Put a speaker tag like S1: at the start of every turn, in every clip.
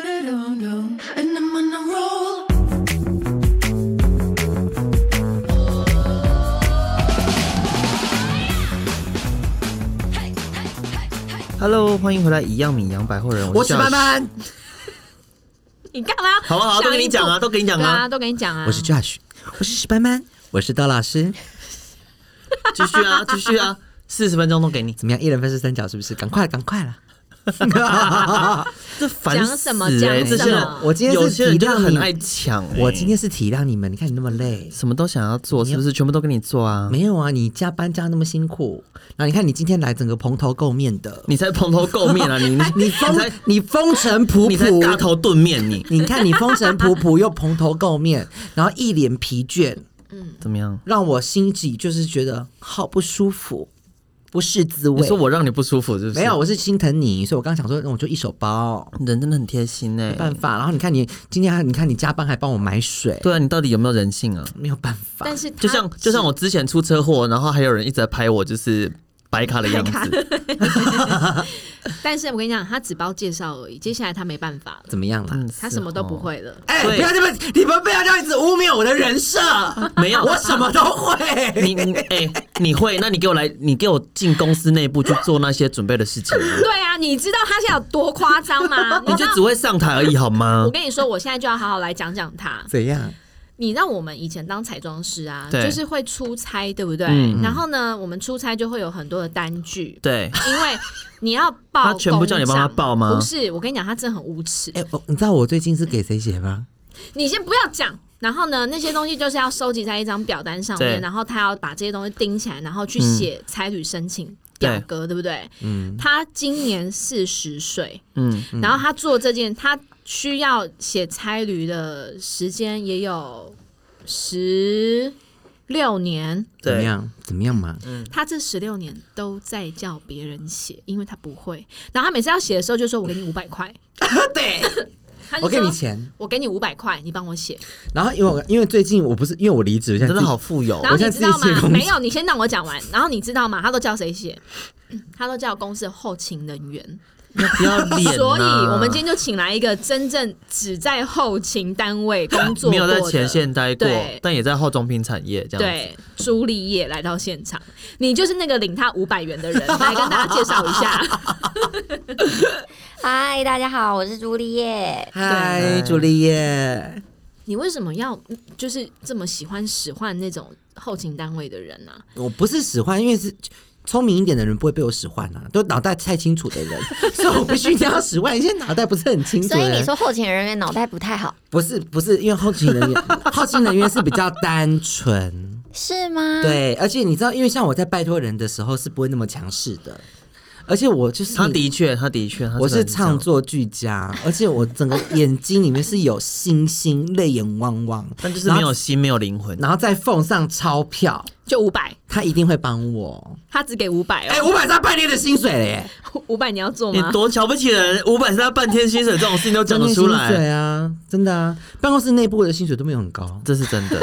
S1: And I'm on a roll.
S2: Hello，欢迎回来，一样米阳百货人，
S3: 我是
S2: 班
S3: 班
S2: 班，
S4: 你干嘛？
S2: 好不好？都给你讲啊，，都给你讲
S4: 对啊，
S2: 啊，
S4: 都给你讲啊。
S3: 我是 Josh，
S2: 我是史班班，
S3: 我是刀老师，
S2: 继续啊，继续啊，四十分钟都 给你，
S3: 怎么样？一人分饰三角是不是？赶快，赶快 啦！
S2: 这烦
S4: 讲
S2: 死
S4: 什么
S2: 欸
S4: 讲
S2: 这
S4: 什
S2: 些人
S4: 么
S3: 我今天是
S2: 有些人
S3: 体
S2: 真
S3: 谅
S2: 的很
S3: 你
S2: 爱抢欸，
S3: 我今天是体谅你们，你看你那么累，
S2: 什么都想要做，是不是？全部都给你做啊？
S3: 没有啊？你加班加那么辛苦，然后你看你今天来整个蓬头垢面的，
S2: 你才蓬头垢面啊，你
S3: 你
S2: 你
S3: 风
S2: 才
S3: 你风尘仆
S2: 你才大
S3: 仆，
S2: 头钝面，你
S3: 你看你风尘仆仆又蓬头垢面，然后一脸疲倦，
S2: 怎么样？
S3: 让我心里就是觉得好不舒服，不是滋
S2: 你
S3: 味
S2: 说。我让你不舒服是不是？
S3: 没有，，我是心疼你，所以我刚想说，那我就一手包。
S2: 人真的很贴心哎
S3: 没。办法。然后你看你今天还你看你加班还帮我买水，
S2: 对啊，你到底有没有人性啊？
S3: 没有办法。
S4: 但是他
S2: 就像就像我之前出车祸，然后还有人一直在拍我，就是白卡的样 子，
S4: 但是我跟你讲，他只包介绍而已，接下来他没办法了，
S3: 怎么样啦？
S4: 他什么都不
S2: 哦
S4: 会了。
S3: 哎、
S2: 对
S3: 不要这么，你们不要这样子污蔑我的人设，
S2: 没有
S3: 我什么都会。
S2: 你你哎、你会？那你给我来，你给我进公司内部去做那些准备的事 情，
S4: 对啊，你知道他现在有多夸张吗？
S2: 哦 你
S4: 你知
S2: 就
S4: 道
S2: 只会上台而已，好吗
S4: 我？跟你说，我现在就要好好来讲讲他。
S3: 怎样？
S4: 你让我们以前当彩妆师啊，
S2: 对
S4: 就是会出差，对不对？
S2: 嗯嗯
S4: 然后呢，我们出差就会有很多的单据，
S2: 对，
S4: 因为你要报
S2: 他全部叫你帮他
S4: 公章
S2: 报吗
S4: 不是，我跟你讲，他真的很无耻。
S3: 哎、我你知道我最近是给谁写吗？
S4: 你先不要讲。然后呢，那些东西就是要收集在一张表单上
S2: 对
S4: 面，然后他要把这些东西钉起来，然后去写差旅申请表格，对不对？嗯。他今年四十岁，
S2: 嗯，
S4: 然后他做这件，他需要写差旅的时间也有十六年，
S3: 怎么
S2: 对，
S3: 样？怎么样嘛？
S4: 他这十六年都在叫别人写，因为他不会。然后他每次要写的时候就说：“我给你五百块。
S3: 对，”
S4: 他就
S3: 我给你
S4: 说
S3: 钱。
S4: 我给你五百块，你帮我写。
S3: 然后因为我因为最近我不是因为我离职，我现在
S2: 真的
S3: 自己
S2: 好富有哦
S4: 然。后
S3: 我现
S4: 你
S3: 在
S4: 知道
S3: 自己写
S4: 吗？
S3: 公司
S4: 没有，你先让我讲完。然后你知道吗？他都叫谁写？他都叫公司的后勤人员。
S2: 不要脸、啊！
S4: 所以我们今天就请来一个真正只在后勤单位工作
S2: 没有在
S4: 过的
S2: 前线待过
S4: 对，
S2: 但也在后中品产业这样子。
S4: 对朱丽叶来到现场，你就是那个领他五百元的人，来跟大家介绍一 下。
S5: 嗨，大家好，我是朱丽叶。
S3: 嗨，朱丽叶，
S4: 你为什么要就是这么喜欢使唤那种后勤单位的人呢、啊？
S3: 我不是使唤，因为是聪明一点的人不会被我使唤啊，都脑袋太清楚的人，所以我必须一定要使唤一些脑袋不是很清楚
S5: 所以
S3: 的人
S5: 你。说后勤人员脑袋不太好
S3: 不是不是，因为后勤人员，后勤人员是比较单纯，
S5: 是吗？，
S3: 对，而且你知道，因为像我在拜托人的时候是不会那么强势的，而且我就是
S2: 他
S3: 你
S2: 的确，他的确，他
S3: 我
S2: 真的
S3: 是
S2: 这样
S3: 唱，作俱佳，而且我整个眼睛里面是有星星，泪眼汪汪，
S2: 但就是没
S3: 然
S2: 有
S3: 后，
S2: 心，没有灵魂。
S3: 然后再奉上钞票，
S4: 就五百，
S3: 他一定会帮我。
S4: 他只给五百
S3: 哎、
S4: 哦，
S3: 五百张半年的薪水了耶，
S4: 五百你要做
S2: 你
S4: 吗？
S2: 哎多瞧不起人，五百是他半天薪水，这种事情都讲得出
S3: 半年薪
S2: 来，
S3: 水啊，真的啊，办公室内部的薪水都没有很高，
S2: 这是真 的。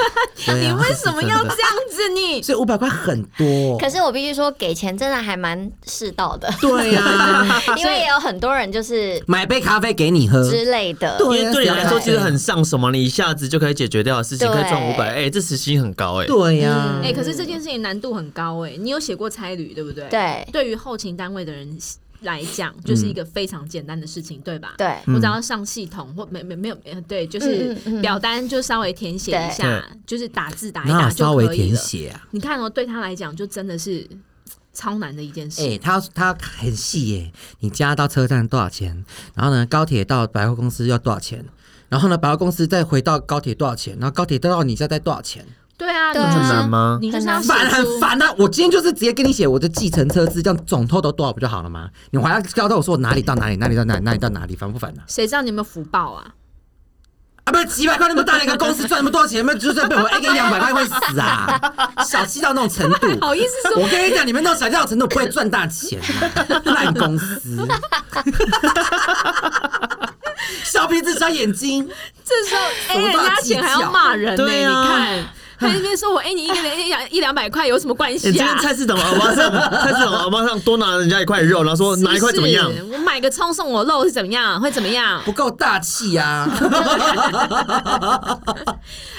S3: 对
S4: 你
S3: 啊，
S4: 为什么要这样子？你
S3: 所以五百块很多。
S5: 可是我必须说，给钱真的还蛮世道的，
S3: 对啊，
S5: 因为也有很多人就是
S3: 买杯咖啡给你喝，
S5: 之类的。
S3: 对啊
S2: 因为对你来说其实很上手嘛，你一下子就可以解决掉的事情，
S5: 对
S2: 可以赚五百，哎，这时薪很高哎。
S3: 对呀、
S5: 嗯
S4: 哎、可是这件事情难度很高哎、你有写过差旅对不对？，
S5: 对
S4: 对于后勤单位的人来讲，就是一个非常简单的事情，对吧？。
S5: 对，
S4: 我只要上系统或没没没有呃对，就是
S5: 嗯嗯嗯
S4: 表单就稍微填写一下，就是打字打一
S3: 哪
S4: 打
S3: 有
S4: 就
S3: 稍微
S4: 可以
S3: 填
S4: 了。
S3: 写啊？
S4: 你看哦，对他来讲就真的是嘖超难的一件事。
S3: 哎、他他很细耶、你家到车站多少钱？然后呢，高铁到百货公司要多少钱？然后呢，百货公司再回到高铁多少钱？然后高铁再到你家再多少钱？
S4: 对啊，
S5: 对啊
S4: 你就是
S2: 很难吗
S4: 你就是要
S5: 很
S4: 写
S3: 烦
S4: 出
S3: 很烦啊！我今天就是直接跟你写我的计程车资，这样总 total 多少不就好了吗？你还要交代我说我哪里到哪里，哪里到哪里，哪里到哪里，烦不烦啊？
S4: 谁知道你有没有福报啊？
S3: 啊，不是几百块那么大的一个公司赚那么多钱，那就是被我 A 给两百块会死 啊！小气到那种程度，
S4: 好意思说
S3: 我跟你讲，你们那种小调程度不会赚大钱、啊，烂公 司。小鼻子小眼睛，
S4: 这时候哎，
S3: 么
S4: 人
S3: 都要
S4: 家
S3: 计较
S5: 哎
S4: 钱还要骂人呢、
S2: 对啊
S4: 你看他那边说我哎、你一个人一两一两百块有什么关系
S3: 哎
S2: 你、今
S4: 啊
S2: 天？菜市场阿妈上，菜市场阿妈上多拿人家一块肉，然后说
S4: 是不
S2: 拿一块怎么样？
S4: 是我买个葱送我肉是怎么样？会怎 么样？
S3: 不够大气 啊！
S4: 好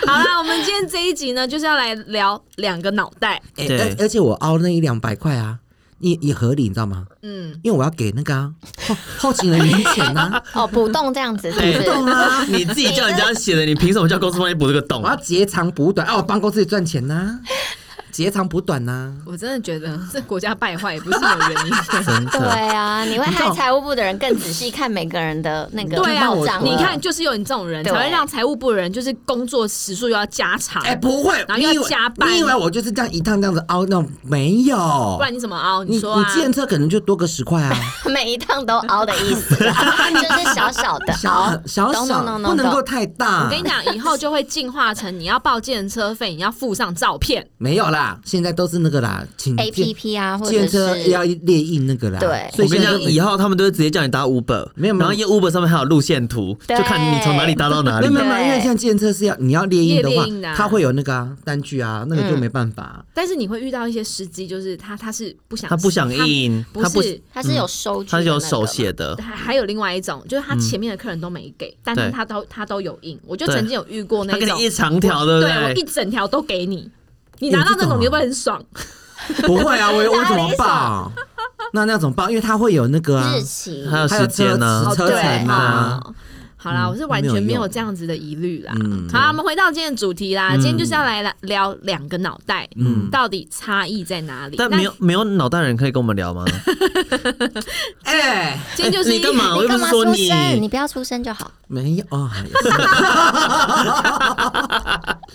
S4: 啦，我们今天这一集呢，就是要来聊两个脑袋。
S3: 哎
S2: 对
S3: 而而且我凹那一两百块啊，也也合理，你知道吗？
S4: 嗯，
S3: 因为我要给那个啊后后勤人员钱 啊，
S5: 哦，补洞这样子是不
S2: 对
S5: 是？
S3: 懂吗？
S2: 你自己叫人家写的，你凭什么叫公司帮你补这个洞啊
S3: 我？要截长补短啊，我帮公司赚钱呐、截长补短呐、
S4: 我真的觉得 这国家败坏也不是没有原因的。
S2: 真
S5: 对
S2: 的，
S5: 啊，你会
S3: 你知道
S5: 害财务部的人更仔细看每个人的那个
S4: 对啊
S5: 报账。
S4: 你看，就是有你这种人，才
S5: 对
S4: 会让财务部的人就是工作时数又要加长，
S3: 哎、不会，
S4: 然后
S3: 你
S4: 又
S3: 以
S4: 要
S3: 为
S4: 加班
S3: 你以为我就是这样一趟这样子凹那种？没有，
S4: 不然你怎么熬？
S3: 你
S4: 说啊
S3: 你，见车可能就多个十块 啊，
S5: 每一趟都凹的意思啦，就是小小的凹
S3: 小，小
S5: 懂懂
S3: 小
S5: 懂
S3: 不
S5: 懂
S3: 能够
S5: 懂。
S3: 太大。
S4: 我跟你讲，以后就会进化成你要报建车费，你要附上照片。
S3: 没有啦，现在都是那个啦，请
S5: A P P 啊，或
S3: 嗯
S5: 者
S3: 建车要
S5: 是
S3: 列印那个啦。
S5: 对
S3: 所
S2: 我
S3: 以
S2: 跟
S3: 现
S2: 你
S3: 在
S2: 讲，
S3: 都没
S2: 以后他们都会直接叫你搭 Uber，
S3: 没有没有
S2: 然后因为 Uber 上面还有路线图，
S5: 对
S2: 就看你从哪里搭到哪里
S3: 没有。没有，没有因为
S5: 对
S3: 像建车是要你要列印的
S4: 列
S3: 话
S4: 列印的啊，
S3: 它会有那个啊单据啊，那个就
S5: 嗯
S3: 没办法。
S4: 但是你会遇到一些司机，就是他他是不想，
S2: 他不想，印，
S4: 不
S2: 他不，
S4: 是。
S5: 它是有收 据的
S2: 他
S5: 那
S2: 是
S5: 个吗，
S2: 有手写的，
S4: 还还有另外一种，就是他前面的客人都没给，但是
S2: 对
S4: 他都他都有印。我就
S2: 对
S4: 曾经有遇过那
S2: 他给
S4: 种
S2: 你，一长条，对不
S4: 对我一
S2: 对？
S4: 整条都给你，你拿到那
S2: 啊
S4: 种你会不会很爽？
S3: 不会啊，我我怎
S5: 哪
S3: 么
S5: 里
S3: 报？那那怎么报？因为它会有那个啊
S5: 日，期。
S2: 还有
S3: 还有
S2: 时间呢
S3: 车
S5: 哦，
S3: 车程啊。
S4: 哦好
S2: 嗯
S4: 啦，我是完全没有这样子的疑虑啦。
S3: 嗯
S4: 好啦，我们回到今天的主题啦，
S2: 嗯
S4: 今天就是要来聊两个脑袋，嗯，到底差异在哪里？
S2: 但
S4: 那
S2: 没有没有脑袋的人可以跟我们聊吗？
S3: 哎，
S4: 今天就是
S2: 你干嘛？我又
S5: 你
S2: 不
S5: 干
S2: 是
S5: 嘛
S2: 说
S5: 出
S2: 你，
S5: 声？你不要出声就好。
S3: 没有啊，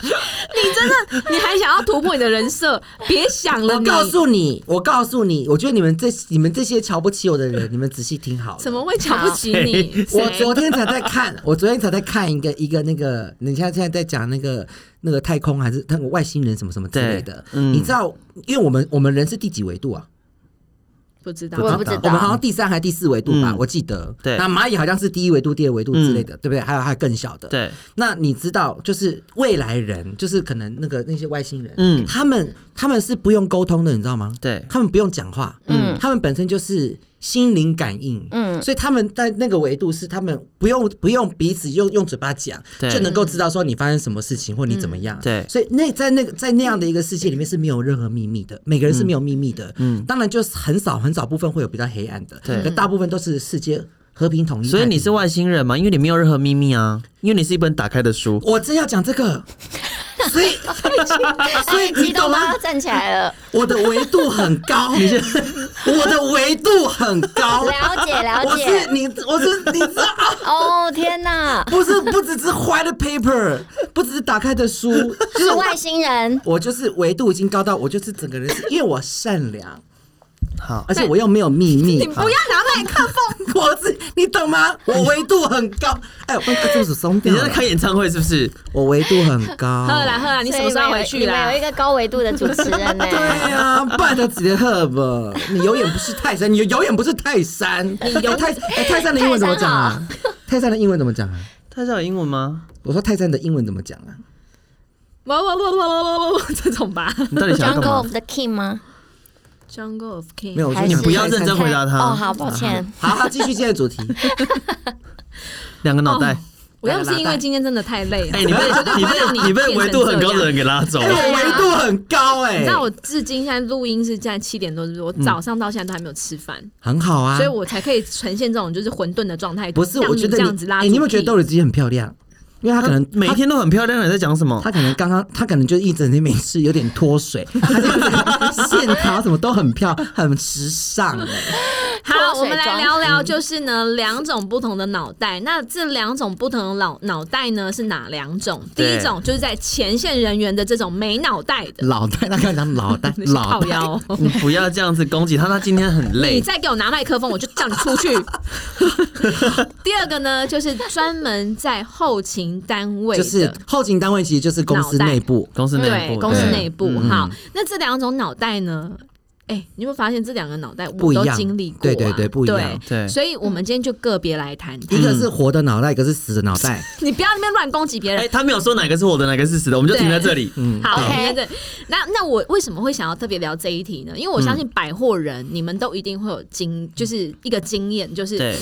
S4: 你还想要突破你的 人设，别想了
S3: 我
S4: 你，
S3: 告诉你，我告诉你，我觉得你们这你们这些瞧不起我的人，你 们仔细听好了。
S4: 怎么会瞧不起你？
S3: 我
S4: 谁
S3: 昨天才在看， 我昨天才在看一个一个那个，人家现在在讲那个那个太空还是那个外星人什么什么之类的。
S2: 对嗯
S3: 你知道，因为我们我们人是第几维度啊？
S4: 不知道，
S5: 我也不知
S3: 我们好
S5: 道，
S3: 像第三还第四维度吧，
S2: 嗯
S3: 我记得。
S2: 对
S3: 那蚂蚁好像是第一维度、第二维度之类的，对不对？还有还有更小的。。
S2: 对，
S3: 那你知道，就是未来人，就是可能那个那些外星人，
S2: 嗯
S3: 他们他们是不用沟通的，你知道吗？
S2: 对
S3: 他们不用讲话，
S5: 嗯
S3: 他们本身就是心灵感应，
S5: 嗯
S3: 所以他们在那个维度是他们不用不用彼此用用嘴巴讲，
S2: 对嗯
S3: 就能够知道说你发生什么事情或你怎么样。
S2: 对
S3: 所以那在那个在那样的一个世界里面是没有任何秘密的，
S2: 嗯
S3: 每个人是没有秘密的。嗯，当然就是很少很少部分会有比较黑暗的，
S2: 对
S3: 可大部分都是世界和平统一。
S2: 所以你是外星人嘛？因为你没有任何秘密啊，因为你是一本打开的书。
S3: 我正要讲这个，所以所以你
S5: 啊激
S3: 懂
S5: 动
S3: 吗
S5: 吗？？站起来了，
S3: 我的维度很高，我的维度很高。
S5: 了解了
S3: 哦我
S5: 解。
S3: 是你，我是你知道啊，
S5: 哦天哪，
S3: 不是不只是 white paper，不只是打开的书，就是是
S5: 外星人。
S3: 我就是维度已经高到我就是整个人是，因为我善良，
S2: 好，
S3: 而且我又没有秘密
S4: 你，不要拿麦克风，
S3: 我是你懂吗？我维度很高，哎，我这个手松
S2: 你
S3: 掉
S2: 在
S3: 了，
S2: 开演唱会是不是？
S3: 我维度很高
S4: 喝。啦喝啦，啊你什么时候要回
S5: 所以
S4: 去
S5: 你们有
S4: 啦
S5: 你们有？一个高维度的主持人呢、
S3: 对啊呀、不然他直接喝吧。你有眼不识泰山，你有眼不识泰 山。你有泰哎泰山的英文怎么讲啊？ 泰山的英文怎么讲啊？
S2: 他是有英文吗？
S3: 我说泰山的英文怎么讲 啊？
S4: 我我我我我我这种吧。
S2: 你到底想要
S5: Jungle
S2: 干
S5: of
S2: 嘛？
S5: the King 吗？
S4: Jungle of King，
S3: 没有，我说
S5: 还是
S2: 你不要认真回答他
S5: 哦，好，抱歉。
S3: 好，好，继续今天的主 题。
S2: 两个脑袋。
S4: 我要不是因为今天真的太累
S2: 哎，
S4: 了，
S2: 你被你被你被维度很高的人给拉走
S3: 哎、
S2: 了。
S3: 我维度很高哎、
S4: 你知道我至今现在录音是在七点多，是不是？我早上到现在都还没有吃饭，
S3: 很好嗯啊。
S4: 所以我才可以呈现这种就是混沌的状态。
S3: 不是，
S4: 让
S3: 我觉得
S4: 这样子
S3: 你，
S4: 拉
S3: 哎、
S4: 住地，
S3: 你有没有觉得豆子自己很漂亮？因为她可能
S2: 每天都很漂亮，你在讲什 么
S3: 她。她？可能刚刚，她可能就一整天没吃，有点 脱水，她就线条什么都很漂，很时尚、哎
S4: 好，
S5: 脱
S4: 我
S5: 水
S4: 们来
S5: 装
S4: 聊
S3: 嗯
S4: 聊，就是呢两种不同的脑袋。那这两种不同的脑脑袋呢是哪两种？第
S2: 对
S4: 一种就是在前线人员的这种没脑袋的
S3: 脑袋，她刚讲脑袋，
S4: 那些
S3: 脑
S4: 靠
S3: 袋，
S4: 腰。
S2: 你不要这样子攻击他，他今天很
S4: 你
S2: 累。
S4: 再给我拿麦克风，我就叫你出去。 第二个呢，就是专门在后勤单位
S3: 就
S4: 的，
S3: 是后勤单位其实就是公司
S4: 脑袋
S3: 内部，
S2: 公司内
S4: 对
S2: 部，
S4: 公司
S2: 对
S4: 内部。
S3: 嗯
S4: 好，那这两种脑袋呢？哎、你有没有发现这两个脑袋
S3: 不
S4: 我
S3: 一
S4: 都
S3: 样
S4: 经历过、啊？
S3: 对对对嗯不一样
S2: 对
S4: 所以我们今天就个别来谈谈。
S3: 一个是活的脑袋，一个是死的脑袋。
S4: 你不要在那边乱攻击别人
S2: 哎，。他没有说哪个是我的，哪个是死的，我们就停在这里。嗯，
S4: 好
S5: OK
S4: 对对。那那我为什么会想要特别聊这一题呢？因为我相信百货
S3: 嗯
S4: 人，你们都一定会有经，就是一个经验，就是
S2: 对，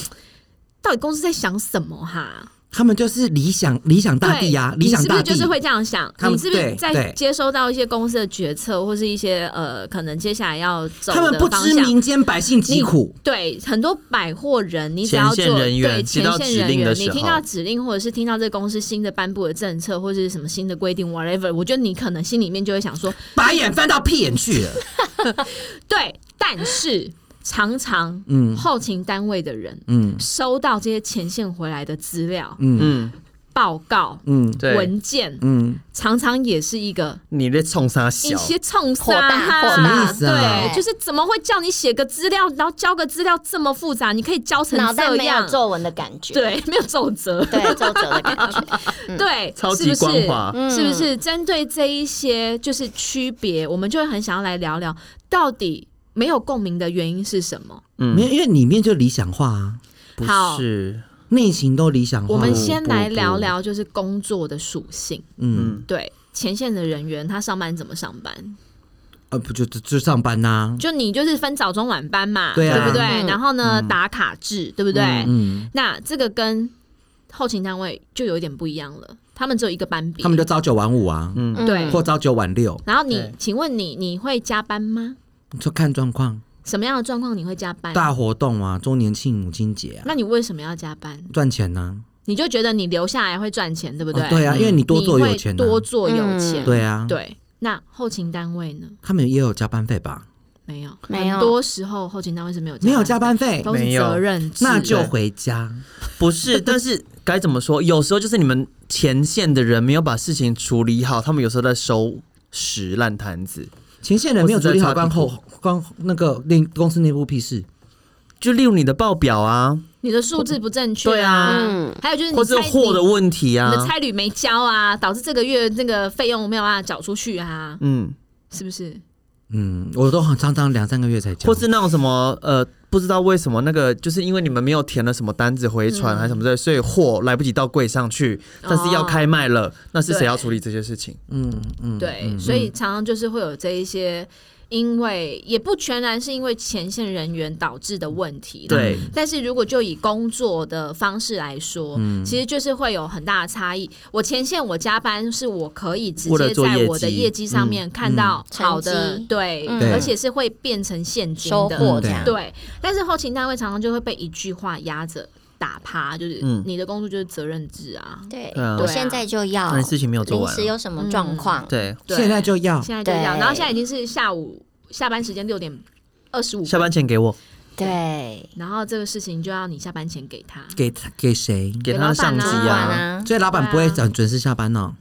S4: 到底公司在想什么哈？
S3: 他们就是理想理想大地呀、
S4: 对
S3: 理想大
S4: 你是不
S3: 地
S4: 是就是会这样想？
S3: 他们
S4: 你是不是
S3: 对
S4: 在
S3: 对
S4: 接收到一些公司的决策，或是一些呃，可能接下来要走
S3: 他们
S4: 的
S3: 不
S4: 方
S3: 知
S4: 向？
S3: 民间百姓疾苦，
S4: 对，很多百货人，你只要做
S2: 前线人员
S4: 对
S2: 接
S4: 前
S2: 到
S4: 线
S2: 指
S4: 人
S2: 令的
S4: 员，
S2: 时
S4: 你
S2: 候
S4: 听到指令或者是听到这公司新的颁布的政策或者是什么新的规定，whatever，我觉得你可能心里面就会想说，
S3: 把眼翻到屁眼去 了。
S4: 对，但是常常，嗯，
S3: 嗯
S4: 后勤单位的人
S3: 嗯
S4: 收到这些前线回来的资料、
S3: 嗯
S2: 嗯，
S4: 报告、
S3: 嗯
S2: 对，
S4: 文件，
S3: 嗯，
S4: 常常也是一个
S2: 你在冲啥
S4: 一
S2: 小？
S4: 些冲
S5: 火
S4: 杀
S5: 大火
S3: 什么
S5: 大，
S3: 意思啊
S4: 对，就是怎么会叫你写个资料，然后交个资料这么复杂？你可以交成
S5: 脑袋
S4: 这
S5: 没有
S4: 样，
S5: 皱纹的感觉，
S4: 对， 没有皱褶，
S5: 对皱褶的感觉，
S4: 对，
S2: 超
S4: 是
S2: 级
S4: 不是
S2: 光滑
S5: 嗯
S4: 是不是针对这一些就是区别，我们就会很想要来聊聊，到底没有共鸣的原因是什么？
S3: 嗯没有，因为里面就理想化啊，
S2: 不
S4: 好
S2: 是，
S3: 内情都理想化。
S4: 我们先来聊聊，就是工作的属性。
S3: 嗯，
S2: 嗯，
S4: 对，前线的人员他上班怎么上班？
S3: 呃，不就就就上班呐、
S4: 就你就是分早中晚班嘛，
S3: 对啊
S4: 不对？
S5: 嗯
S4: 然后呢，打卡制，对不对？
S3: 嗯，
S4: 那这个跟后勤单位就有一点不一样了，他们只有一个班别，
S3: 他们就朝九晚五啊，
S5: 嗯
S4: 对
S3: 或朝九晚六，
S4: 然后你
S2: 对，
S4: 请问你你会加班吗？
S3: 就看状况。
S4: 什么样的状况你会加班？
S3: 大活动啊，周年庆、母亲节啊，
S4: 那你为什么要加班？
S3: 赚钱呐、
S4: 你就觉得你留下来会赚钱，对不
S3: 啊
S4: 对？
S3: 哦对啊，因为你多做有钱、啊，
S4: 你会多做有钱，
S5: 嗯
S3: 对啊，，
S4: 对。那后勤单位呢？
S3: 他们也有加班费吧？
S4: 没有，
S5: 没有
S4: 很多时候后勤单位是没有
S3: 没有加
S4: 班
S3: 班费
S4: 的，，都是
S2: 没有
S4: 责任制。
S3: 那就回家。
S2: 不是，但是该怎么说？有时候就是你们前线的人没有把事情处理好，他们有时候在收拾烂摊子。
S3: 前线人没有处理好关
S2: 或
S3: 后关那个内公司内部屁事，
S2: 就例如你的报表啊，
S4: 你的数字不正确，
S2: 对啊
S5: 嗯，
S4: 还有就是你
S2: 或者
S4: 差
S2: 货的
S4: 你
S2: 问题
S4: 你的
S2: 啊，
S4: 差旅没交啊，导致这个月那个费用没有办法缴出去啊，
S2: 嗯，
S4: 是不是？
S3: 嗯，我都很常常两三个月才交，
S2: 或是那种什么呃，不知道为什么那个，就是因为你们没有填了什么单子回
S4: 嗯
S2: 传还是什么之类，所以货来不及到柜上去，
S4: 哦
S2: 但是要开卖了，那是谁要处理这些事情？
S3: 嗯嗯，
S4: 对，所以常常就是会有这一些，因为也不全然是因为前线人员导致的问题。。
S2: 对，
S4: 但是如果就以工作的方式来说，
S2: 嗯
S4: 其实就是会有很大的差异。我前线我加班是我可以直
S2: 为了
S4: 接
S2: 做
S4: 在
S2: 业
S4: 我的
S2: 绩
S4: 业绩上面看到
S5: 嗯
S4: 好的，
S5: 成绩
S4: 对，
S5: 嗯
S4: 而且是会变成现金
S5: 收
S4: 的。
S5: 获
S3: 嗯
S5: 这样，
S4: 对，但是后勤单位常常就会被一句话压着打趴，就是
S2: 嗯
S4: 你的工作就是责任制啊，
S5: 对
S2: 对啊
S5: 我现在就要
S2: 那你事情没有做
S5: 临
S2: 完
S5: 时
S2: 啊，
S5: 有什么状况，
S2: 对，
S4: 对
S3: 现在就要
S4: 现在就这样。
S5: 对
S4: 然后现在已经是下午下班时间六点二十五，
S2: 下班前给我，
S5: 对，
S4: 然后这个事情就要你下班前给他。
S3: 给他给谁？
S2: 给他上级
S4: 给老
S5: 主
S4: 板
S5: 管
S2: 啊，
S5: 啊，
S3: 所以老板不会很准时下班哦。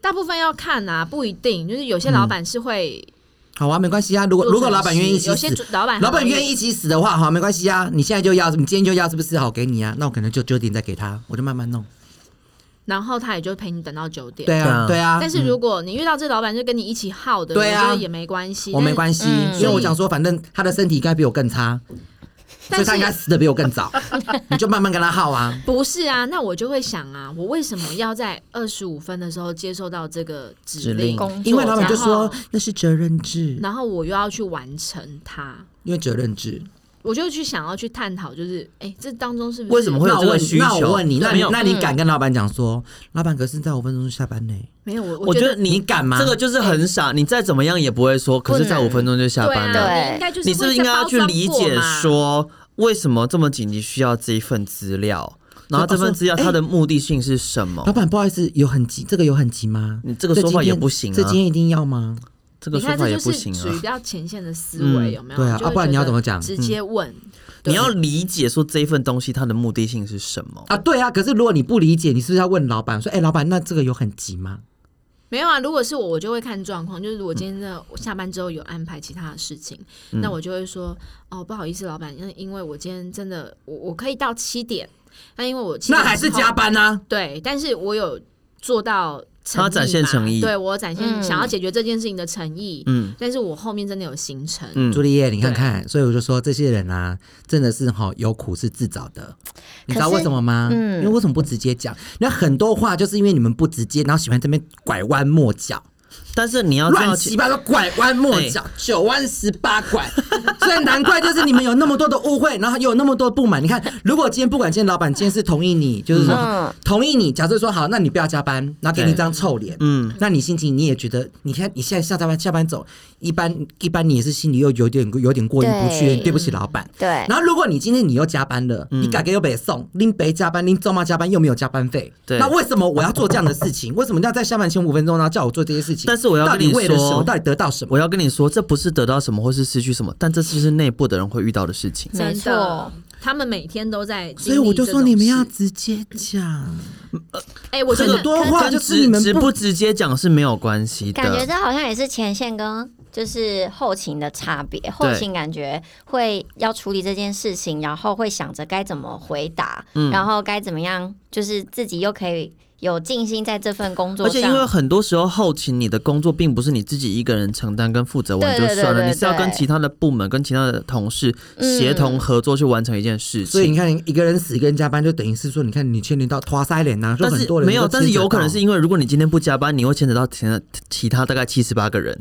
S4: 大部分要看啊，不一定，就是有些
S3: 嗯
S4: 老板是会
S3: 好啊，没关系啊。如果
S4: 做
S3: 如果
S4: 损
S3: 老板愿意一
S4: 失
S3: 起
S4: 有些
S3: 死，
S4: 老板
S3: 老板愿
S4: 意。
S3: 意一起死的话，好，没关系啊。你现在就要，你今天就要，是不是？好，给你啊。那我可能就九点再给他，我就慢慢弄。
S4: 然后他也就陪你等到九点。
S3: 对啊，
S2: 对
S3: 对啊。
S4: 但是如果你遇到这老板就跟你一起耗的，
S3: 对啊
S4: 我觉得也没关系。
S3: 我没关系，
S5: 嗯
S3: 因为我想说，反正他的身体应该比我更差，所
S4: 但
S3: 以他应该
S4: 是
S3: 死的比我更 早。你就慢慢跟他耗啊。
S4: 不是啊？那我就会想啊，我为什么要在二十五分的时候接受到这个指
S2: 指
S4: 令
S2: 令？
S5: 工作
S3: 因为老板就
S4: 然
S3: 说
S4: 后
S3: 那是责任制，
S4: 然后我又要去完成它，
S3: 因为责任制。
S4: 我就去想要去探讨，就是哎，这当中是不是
S2: 为什么会有
S3: 那
S2: 这
S3: 我
S2: 个
S3: 问
S2: 需求？
S3: 那我问你，那
S2: 没
S3: 你
S2: 有
S3: 那你敢跟老板讲说，老板可是在五分钟就下班呢？
S4: 没有？我
S2: 我觉
S4: 觉
S2: 得
S4: 得
S2: 你
S3: 你敢吗
S2: 这个就是很傻，你再怎么样也不会说，可是在
S5: 不能
S2: 五分钟就下
S4: 对
S2: 班了。
S4: 啊，
S5: 对
S4: 你应该就是
S2: 你是不
S4: 会
S2: 是应该
S4: 再
S2: 要
S4: 包
S2: 去
S4: 装
S2: 理
S4: 过
S2: 解
S4: 嘛
S2: 说，为什么这么紧急需要这一份资料？然后这
S4: 哦
S2: 份资料
S3: 说哎
S2: 它的目的性是什么
S3: 老？板不好意思，有很急，这个有很急吗？
S2: 你这个说法也不行啊
S3: 这今天这今天一定要吗？
S2: 这个
S4: 你
S2: 说
S4: 看，
S2: 法
S4: 这
S2: 也
S4: 就
S2: 不
S4: 是
S2: 行
S4: 属于比
S2: 啊！
S4: 较前线的思维，
S2: 嗯
S4: 有没有？
S3: 对啊
S4: 就会
S3: 啊不然
S4: 觉
S3: 你要
S4: 得
S3: 怎么讲
S4: 直接问，对
S2: 你要理解说这一份东西它的目的性是什么。
S3: 啊，对啊。可是如果你不理解，你是不是要问老板说，哎、老板，那这个有很急吗？
S4: 没有啊？如果是我，我就会看状况，就是我今天的
S2: 嗯
S4: 我下班之后有安排其他的事情，那我就会说哦，不好意思，老板，因因为我今天真的我我可以到七点，那因为我7
S3: 那
S4: 点
S3: 还是
S4: 之后
S3: 加班啊？
S4: 对，但是我有做到诚
S2: 他展现
S4: 嘛
S2: 诚意
S4: 对我展现
S5: 嗯
S4: 想要解决这件事情的诚意，
S2: 嗯
S4: 但是我后面真的有行程，
S2: 嗯，
S3: 朱丽叶，你看看，所以我就说这些人啊，真的是哈有苦是自找的，你知道为什么吗？
S5: 嗯
S3: 因为为什么不直接讲？那很多话就是因为你们不直接，然后喜欢这边拐弯抹角，
S2: 但是你要知道
S3: 乱，七八糟拐弯抹角，九弯十八拐，所以难怪就是你们有那么多的误会，然后又有那么多不满。你看，如果今天不管今天老板今天是同意你，就是说、
S5: 嗯
S3: 同意你，假设说好，那你不要加班，然后给你一张臭脸，
S2: 嗯，
S3: 那你心情你也觉得，你看你现在下班下班走，一般一般你也是心里又有点有点过意不去，
S5: 对
S3: 对不起老板。
S5: 对，
S3: 然后如果你今天你又加班了，
S2: 嗯
S3: 你改革又北送，拎北加班，拎周末加班又没有加班费，
S2: 对
S3: 那为什么我要做这样的事 情？为什么要在下班前五分钟然后叫我做这些事情？
S2: 但是我要
S3: 到
S2: 跟
S3: 底
S2: 你
S3: 为了什
S2: 说
S3: 么？到底得到什么？
S2: 我要跟你说，这不是得到什么或是失去什么，但这就是内部的人会遇到的事情。
S5: 没
S4: 真的
S5: 错，
S4: 他们每天都在经历这种
S3: 所
S4: 事，
S3: 以我就说你们要直接讲，
S4: 哎，我觉
S3: 很
S4: 得
S3: 多话
S2: 跟
S3: 就是
S2: 直
S3: 你们
S2: 直
S3: 不
S2: 不直接讲是没有关系
S5: 感觉
S2: 的，
S5: 这好像也是前线跟就是后勤的差别。后勤感觉会要处理这件事情，然后会想着该怎么回答，
S2: 嗯
S5: 然后该怎么样，就是自己又可以有尽心在这份工作
S2: 而且因为
S5: 上。
S2: 很多时候后勤你的工作并不是你自己一个人承担跟负责完就
S5: 对对对
S2: 算了，
S5: 对
S2: 你是要跟
S5: 对
S2: 其他的部门跟其他的同事
S5: 嗯
S2: 协同合作去完成一件事
S3: 所以你
S2: 情。
S3: 看，一个人死，一个人加班，就等于是说，你看你牵连到拖腮脸呐，说
S2: 但
S3: 很
S2: 是
S3: 多人
S2: 没有，
S3: 都
S2: 但是
S3: 牵扯
S2: 有可能
S3: 到
S2: 是因为如果你今天不加班，你会牵扯到其他其他大概七十八个人。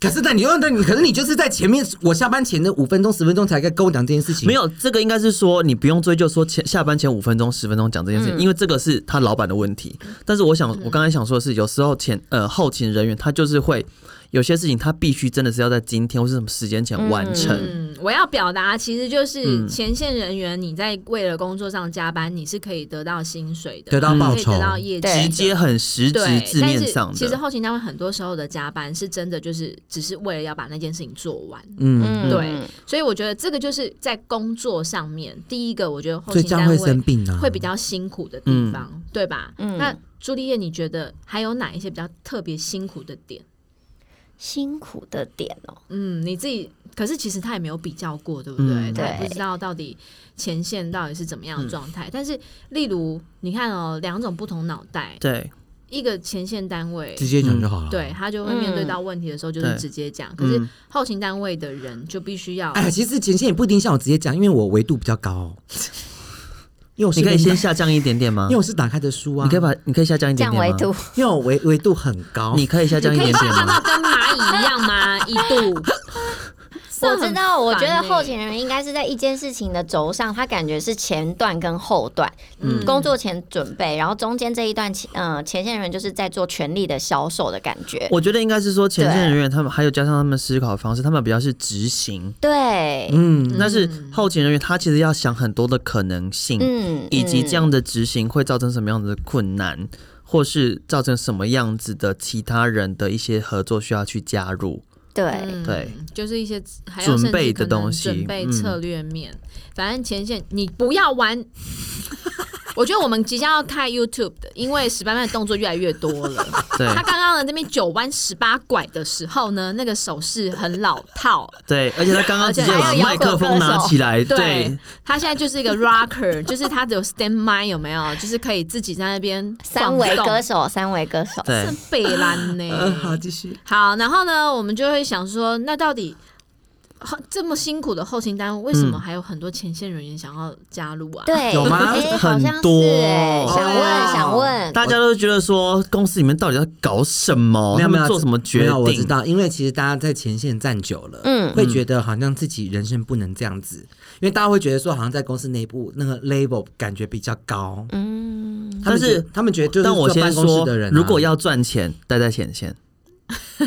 S3: 可是那你又那你可是你就是在前面我下班前的五分钟十分钟才该跟我讲这件事情，
S2: 没有，这个应该是说你不用追究说前下班前五分钟、十分钟讲这件事情，因为这个是他老板的问题。但是我想，我刚才想说的是，有时候前呃后勤人员他就是会有些事情，他必须真的是要在今天或是什么时间前完成。
S4: 嗯，我要表达其实就是
S2: 嗯
S4: 前线人员，你在为了工作上加班，你是可以得到薪水的，
S3: 得到报
S4: 可以
S3: 酬
S4: 得，到业绩的，
S5: 对
S2: 直接很实质
S4: 嗯对，
S2: 字面上
S4: 但是其实
S2: 的，
S4: 后勤单位很多时候的加班是真的，就是只是为了要把那件事情做完。
S3: 嗯，
S5: 嗯，
S4: 对，所以我觉得这个就是在工作上面，第一个我觉得后
S3: 所以
S4: 勤
S3: 这样
S4: 单
S3: 会
S4: 位
S3: 生病啊，
S4: 会比较辛苦的地方，对吧？
S5: 嗯
S4: 那朱丽叶，你觉得还有哪一些比较特别辛苦的点？
S5: 辛苦的点哦、
S4: 嗯，你自己，可是其实他也没有比较过，对不对？
S2: 嗯
S4: 他也
S5: 对
S4: 不知道到底前线到底是怎么样的状态。但是，例如你看哦，两种不同脑袋，
S2: 对，
S4: 一个前线单位。
S3: 直接讲就
S2: 嗯
S3: 好了。
S4: 对，他就会面对到问题的时候，就是
S2: 对
S4: 直接讲。可是
S2: 嗯，
S4: 后勤单位的人就必须要，
S3: 哎，其实前线也不一定像我直接讲，因为我维度比较高，哦 因为我是
S2: 你可以先
S3: 跟
S2: 下降一点点 吗
S3: 因为？我是打开的书啊，
S2: 你可以把你可以下降一
S5: 这
S2: 点
S5: 样
S2: 点
S5: 维
S2: 吗？
S5: 度，
S3: 因为我维维度很高，
S2: 你可以下降一
S4: 可以
S2: 点点
S4: 下 到
S2: 吗？
S4: 跟蚂蚁一样吗？一度，
S5: 我知道，我觉
S4: 这很烦欸
S5: 得后勤人员应该是在一件事情的轴上，他感觉是前段跟后段，
S4: 嗯
S5: 工作前准备，然后中间这一段，嗯，前线人员就是在做权力的销售的感觉，
S2: 我觉得应该是说前线
S5: 对
S2: 人员他们还有加上他们思考的方式，他们比较是执行，
S5: 对，
S3: 嗯，
S2: 但是后勤人员他其实要想很多的可能性，
S5: 嗯，
S2: 以及
S5: 嗯
S2: 这样的执行会造成什么样子的困难，或是造成什么样子的其他人的一些合作需要去加入。
S5: 对，
S2: 对，
S4: 就是一些还有
S2: 准
S4: 甚至
S2: 备
S4: 可
S2: 的东
S4: 能
S2: 西
S4: 准备
S2: 嗯
S4: 策略面。反正前线你不要玩。 我觉得我们即将要开 YouTube 的，因为史班班的动作越来越多了。
S2: 对
S4: 他刚刚的那边九弯十八拐的时候呢，那个手势很老套。
S2: 对，而且他刚刚直接
S5: 而且还
S2: 把
S5: 有
S2: 麦克风拿起来，
S4: 对
S2: 对，
S4: 他现在就是一个 rocker，就是 他有 stand m i 有没有？就是可以自己在那边
S5: 三维歌
S4: 歌
S5: 手，三维歌手，
S2: 对，
S4: 北兰呢、
S3: 呃， 好，继续，
S4: 好，然后呢，我们就会想说，那到底后这么辛苦的后勤单位，为什么
S2: 嗯
S4: 还有很多前线人员想要加入啊？
S5: 对，
S3: 有吗
S5: 哎好
S2: 很
S5: 像是
S2: 多
S5: 哎，
S2: 哦
S5: 想问，想问，
S2: 大家都觉得说公司里面到底在搞什么，
S3: 没
S2: 哦他
S3: 有没
S2: 们
S3: 有
S2: 做什么决
S3: 没有我知
S2: 定？
S3: 道，因为其实大家在前线站久了，
S5: 嗯
S3: 会觉得好像自己人生不能这样子，因为大家会觉得说好像在公司内部那个 label 感觉比较高，
S5: 嗯，
S3: 他
S2: 但
S3: 们
S2: 是
S3: 觉得他们觉得就是
S2: 但我
S3: 坐
S2: 先
S3: 办公室
S2: 说
S3: 的人啊，
S2: 如果要赚钱，待在前线，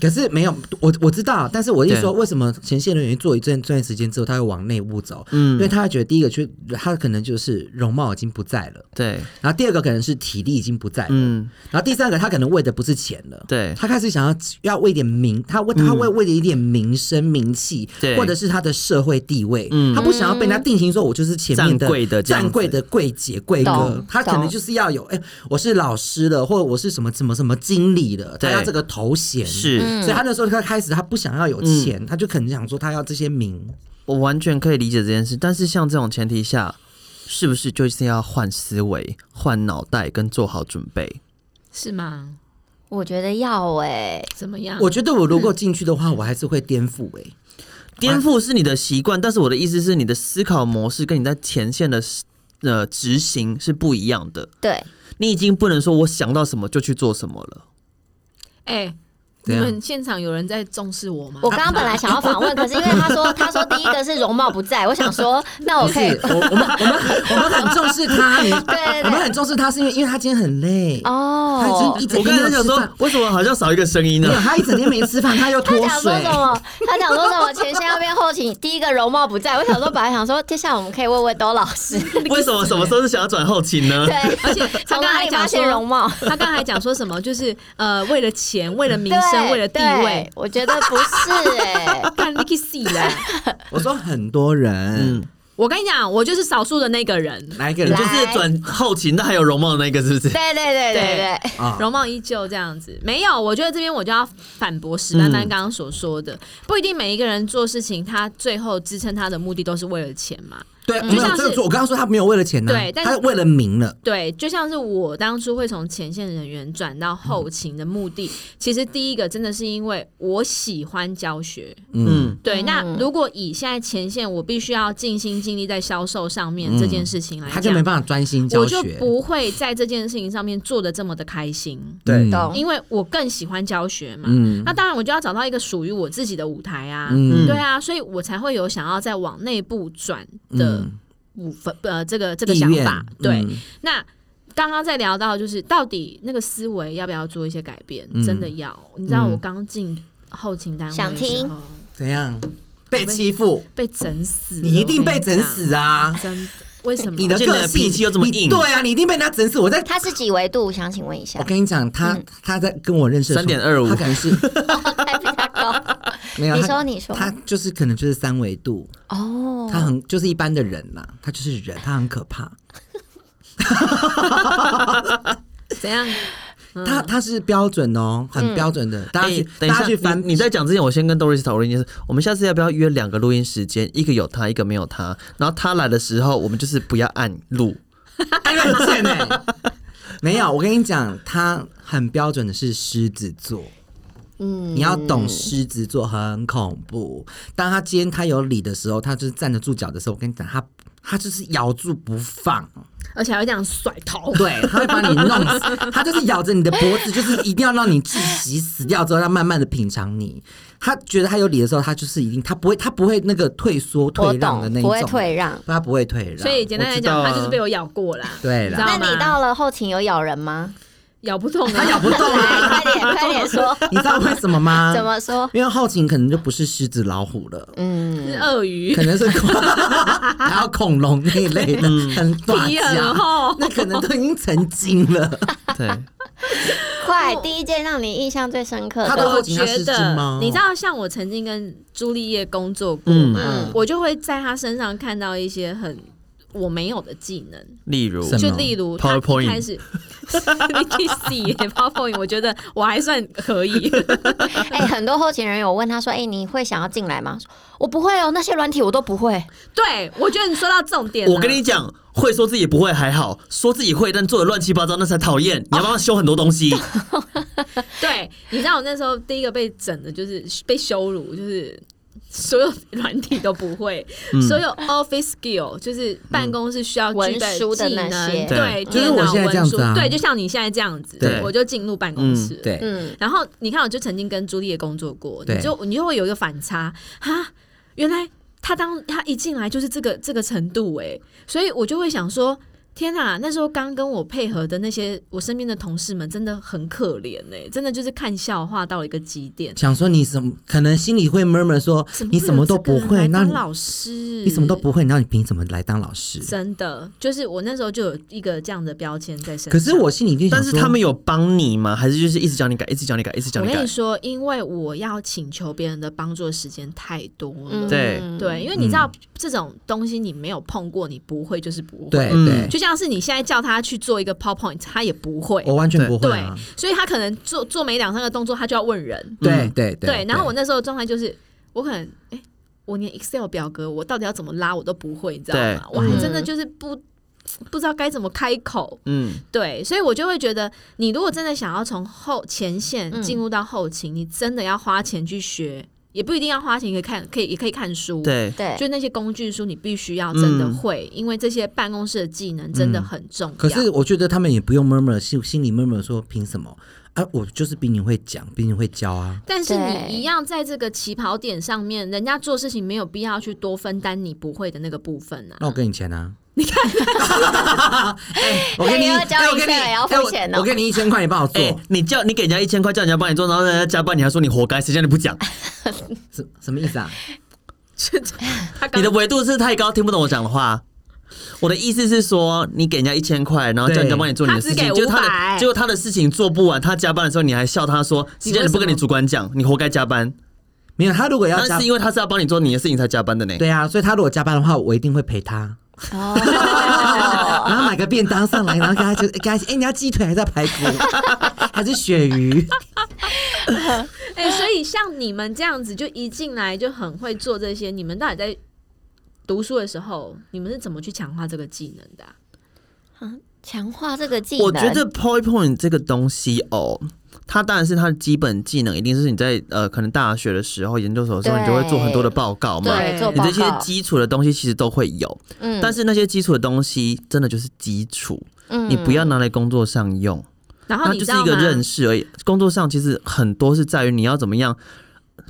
S3: 可是没有，我我知道，但是我一
S2: 对
S3: 说为什么前线人员做一段这段时间之后，他会往内部走，因为
S2: 嗯，
S3: 他觉得第一个去，他可能就是容貌已经不在了，
S2: 对，
S3: 然后第二个可能是体力已经不在了，
S2: 嗯，
S3: 然后第三个他可能为的不是钱了，
S2: 对嗯
S3: 他开始想要要为点名，他为他为为了一点名声名气，
S2: 对
S3: 或者是他的社会地位，
S2: 嗯
S3: 他不想要被人家定型说我就是前面的
S2: 站柜的这样子
S3: 站柜的柜姐柜哥
S5: 懂，
S3: 他可能
S5: 懂
S3: 就是要有哎、我是老师了，或者我是什么什么什么经理了，他
S2: 对
S3: 要这个头衔
S2: 是。嗯
S3: 所以他那时候他开始，他不想要有钱，他就可能想说他要这些名。
S2: 我完全可以理解这件事，但是像这种前提下，是不是就是要换思维、换脑袋跟做好准备？
S4: 是吗？
S5: 我觉得要哎、
S4: 怎么样？
S3: 我觉得我如果进去的话，我还是会颠覆哎、
S2: 颠覆是你的习惯，但是我的意思是，你的思考模式跟你在前线的呃执行是不一样的。
S5: 对，
S2: 你已经不能说我想到什么就去做什么了。
S4: 哎、
S3: 怎
S4: 你
S3: 样
S4: 们现场有人在重视我吗？
S5: 我刚刚本来想要访问，可是因为他说他说第一个是容貌不在，我想说那我
S3: 不
S5: 可以
S3: 是，我我们我们我们很重视他，你
S5: 对对
S3: 我们很重视他是因为因为他今天很累，他已
S5: 哦
S3: 经一。整
S2: 我刚
S3: 天没
S2: 才想
S3: 有吃
S2: 说
S3: 饭，，
S2: 为什么好像少一个声音
S3: 没
S2: 呢
S3: 有？他一整天没吃饭，他又
S5: 他
S3: 脱
S5: 想说
S3: 水
S5: 什。么？他想说什么？前线要变后勤，第一个容貌不在。我想说，本来想说，接下来我们可以问问兜老师，
S2: 为什么什么时候是想要转后勤呢？
S5: 对，
S4: 而且 他
S5: 从
S4: 刚
S5: 哪
S4: 才
S5: 里
S4: 讲说
S5: 发现容貌？
S4: 他刚才讲说什么？就是呃，为了钱，为了名声，
S5: 对
S4: 为了地
S5: 对
S4: 位，
S5: 我觉得不是哎，
S4: 干你去死啦！
S3: 我说很多人
S2: 嗯，，
S4: 我跟你讲，我就是少数的那个人，
S3: 哪一个
S2: 你
S3: 人
S2: 就
S3: 就是
S2: 是转后勤，那还有容貌的那个是不是？
S5: 对对对对对，
S3: 啊，
S4: 容貌依旧这样子。没有，我觉得这边我就要反驳史丹丹刚刚所说的，不一定每一个人做事情，他最后支撑他的目的都是为了钱嘛。
S3: 对，
S5: 嗯
S3: 没有
S4: 就像
S3: 这
S4: 是
S3: 个我刚刚说他没有为了钱呢，
S4: 对但是
S3: 他为了名了。
S4: 对，就像是我当初会从前线人员转到后勤的目的，其实第一个真的是因为我喜欢教学，
S3: 嗯，
S2: 嗯，
S4: 对，那
S5: 嗯
S4: 如果以现在前线，我必须要尽心尽力在销售上面这件事情来
S3: 嗯他就
S4: 讲，
S3: 没办法专心教
S4: 嗯我就
S3: 学。
S4: 不会在这件事情上面做的这么的开心，
S3: 对
S5: 懂
S4: 因为我更喜欢教学嘛。
S3: 嗯
S4: 那当然，我就要找到一个属于我自己的舞台啊。
S3: 嗯
S4: 对啊，所以我才会有想要再往内部转
S3: 嗯
S4: 的五分、呃这个这个
S3: 意
S4: 想
S3: 愿
S4: 法。对，
S3: 嗯
S4: 那刚刚在聊到，就是到底那个思维要不要做一些改变？
S3: 嗯
S4: 真的要？你知道我
S3: 嗯
S4: 刚进后勤单位
S5: 想
S4: 的时
S5: 听
S4: 候
S3: 怎样被欺负？
S4: 被整死了，
S3: 你一定
S4: 我跟
S3: 被整
S4: 讲
S3: 死啊！
S4: 真的？为什么？
S3: 你的
S2: 而且你
S3: 个
S2: 的
S3: 性
S2: 脾气又这么硬
S3: 你对啊，你一定被人家整死。我在，
S5: 他是几维度？想请问一下
S3: 我，跟你讲，他
S5: 嗯
S3: 他在跟我认识的时候
S2: 3.25
S3: 他可 能是
S5: 还比他高
S3: 没有。
S5: 你
S3: 他
S5: 说你说
S3: 他就是可能就是三维度，
S5: 哦。
S3: 他很就是一般的人啦，他就是人，他很可怕。
S4: 怎样？
S3: 他他是标准哦，很标准的。大家
S2: 嗯
S3: 去
S2: 哎等一
S3: 大
S2: 下
S3: 家去翻
S2: 你你在讲之前，我先跟 Doris 讨论一件事，我们下次要不要约两个录音时间，一个有他，一个没有他，然后他来的时候，我们就是不要按 录。
S3: 哎，很贱哎。 没有，我跟你讲，他很标准的是狮子座，
S5: 嗯
S3: 你要懂狮子座很恐怖。当他今天他有理的时候，他就是站得住脚的时候，我跟你讲，他他就是咬住不放，
S4: 而且还会这样甩头。
S3: 对，他会把你弄死，他就是咬着你的脖子，就是一定要让你窒息死掉之后，他慢慢的品尝你。他觉得他有理的时候，他就是一定，他不会，他不会那个退缩
S5: 我
S3: 退让的
S5: 懂
S3: 那，一
S5: 不
S3: 种，
S5: 会退让。
S3: 他不会退让。
S4: 所以简单来讲，
S2: 我知道啊
S4: 他就是被我咬过啦，
S3: 对
S4: 知道
S3: 啦，
S5: 那
S4: 吗
S5: 你到了后勤有咬人吗？
S4: 咬不痛啊，咬
S3: 不动啊！
S5: 快点快点说，
S3: 你知道为什么吗？
S5: 怎么说？
S3: 因为后勤可能就不是狮子老虎了，
S5: 嗯，
S4: 鳄鱼
S3: 可能是 恐还有恐龙那一类的，很 大
S4: 皮很
S3: 家，
S4: 厚。
S3: 那可能都已经成精了。
S2: 对，
S5: 快！第一件让你印象最深刻
S3: 他
S5: 的，
S3: 都
S4: 我
S3: 后勤
S4: 觉
S3: 要狮子
S4: 得
S3: 吗，
S4: 你知道，像我曾经跟朱丽叶工作过
S2: 嗯
S4: 嘛，
S5: 嗯
S4: 我就会在她身上看到一些很我没有的技能，
S2: 例如
S3: 什么
S4: 就例如她一
S2: PowerPoint
S4: 开始 你去死耶 PowerPoint，我觉得我还算可以。
S5: 哎、很多后勤人员我问他说：“哎、你会想要进来吗？”我不会哦，那些软体我都不会。
S4: 对，我觉得你说到重点了，
S2: 我跟你讲，会说自己不会还好，说自己会但做的乱七八糟那才讨厌。你要帮他修很多东
S4: 哦
S2: 西，
S4: 对，你知道我那时候第一个被整的就是被羞辱，就是所有软体都不会，
S3: 嗯
S4: 所有 office skill 就是办公室需要具备
S5: 文书的
S4: 技
S5: 那
S4: 能
S5: 些
S4: 对，
S2: 对
S3: 就是
S4: 电
S3: 我
S4: 脑
S3: 现在这
S4: 文
S3: 样
S4: 书
S3: 子啊
S4: 对，就像你现在这样子，
S2: 对
S4: 我就进入办公室，。
S3: 对，
S5: 嗯，
S4: 然后你看，我就曾经跟朱丽叶工作过，
S3: 对
S4: 你就你就会有一个反差哈，原来他当他一进来就是这个这个程度哎、所以我就会想说。天呐，那时候刚跟我配合的那些我身边的同事们真的很可怜哎、真的就是看笑话到了一个极点。
S3: 想说你什么，可能心里会 murmur 说你什么都不
S4: 会
S3: 会，
S4: 有这个人
S3: 那
S4: 来当
S3: 你
S4: 老师
S3: 你什么都不会，那你凭什么来当老师？
S4: 嗯真的，就是我那时候就有一个这样的标签在身上。
S3: 可是我心里就想
S2: 但
S3: 说，
S2: 是他们有帮你吗？还是就是一直叫你改，一直叫你改，一直叫
S4: 我
S2: 你
S4: 跟
S2: 改
S4: 你？说，因为我要请求别人的帮助的时间太多了，
S5: 嗯
S2: 对
S4: 对，因为你知道、这种东西你没有碰过，你不会就是不会。
S3: 对
S2: 嗯
S3: 对，
S4: 就像是你现在叫他去做一个 PowerPoint，他也不会。
S3: 我完全不会
S4: 对
S3: 啊，，
S4: 所以他可能做做没两三个动作，他就要问人。
S2: 嗯
S3: 对对对。
S4: 然后我那时候的状态就是，我可能哎、我连 Excel 表格我到底要怎么拉我都不会，你知道吗？
S2: 对
S4: 我还
S5: 嗯
S4: 真的就是不。不知道该怎么开口。
S2: 嗯，
S4: 对，所以我就会觉得，你如果真的想要从后前
S3: 嗯
S4: 线进入到后勤，你真的要花钱去学，也不一定要花钱，可以看，可以也可以看书。。
S2: 对，
S5: 对，
S4: 就那些工具书，你必须要真
S2: 嗯
S4: 的会，因为这些办公室的技能真的很重要。
S3: 可是我觉得他们也不用 murmur 心心里 murmur 说凭什么啊？我就是比你会讲，比你会教啊。
S4: 但是
S5: 对
S4: 你一样在这个起跑点上面，人家做事情没有必要去多分担你不会的那个部分啊。
S3: 那我给你钱啊！你看，我
S5: 那
S3: 给
S5: 你
S3: 你，
S5: 要交
S3: 哎我给
S5: 一
S3: 你，
S5: 份也要付
S3: 哎我
S5: 钱哦
S3: 我给你一千块，你帮我做
S2: 哎、，你叫你给人家一千块，叫人家帮你做，然后人家加班，你还说你活该，谁叫你不 讲？
S3: 什什么意思啊？
S4: 他刚
S2: 你的维度是太高，听不懂我讲的话。我的意思是说，你给人家一千块，然后叫人家帮你做你的事
S4: 对
S2: 情，
S4: 他只给
S2: 结果他
S4: 500
S2: 的结果他的事情做不完，他加班的时候你还笑他说，谁叫你不跟你主管讲，你活该加班。
S3: 没有，他如果要加
S2: 但是，因为他是要帮你做你的事情才加班的呢。
S3: 对啊，所以他如果加班的话，我一定会陪他。
S5: 哦，
S3: 然后买个便当上来，然后给他就给他，哎、你要鸡腿还是要排骨， 还是鳕鱼？
S4: 哎、所以像你们这样子，就一进来就很会做这些，你们到底在读书的时候，你们是怎么去强化这个技能的啊、
S5: 强化这个技能，
S2: 我觉得 PowerPoint 这个东西哦，它当然是它的基本技能，一定是你在呃可能大学的时候、研究所的时候，你就会做很多的报告嘛。
S5: 对，做
S2: 你
S5: 报
S2: 这些
S5: 告，
S2: 基础的东西其实都会有，
S5: 嗯
S2: 但是那些基础的东西真的就是基础，
S5: 嗯
S2: 你不要拿来工作上用，
S4: 然后
S2: 那
S4: 哦你
S2: 就
S4: 知
S2: 是
S4: 道
S2: 一个
S4: 吗？
S2: 认识而已。工作上其实很多是在于你要怎么样。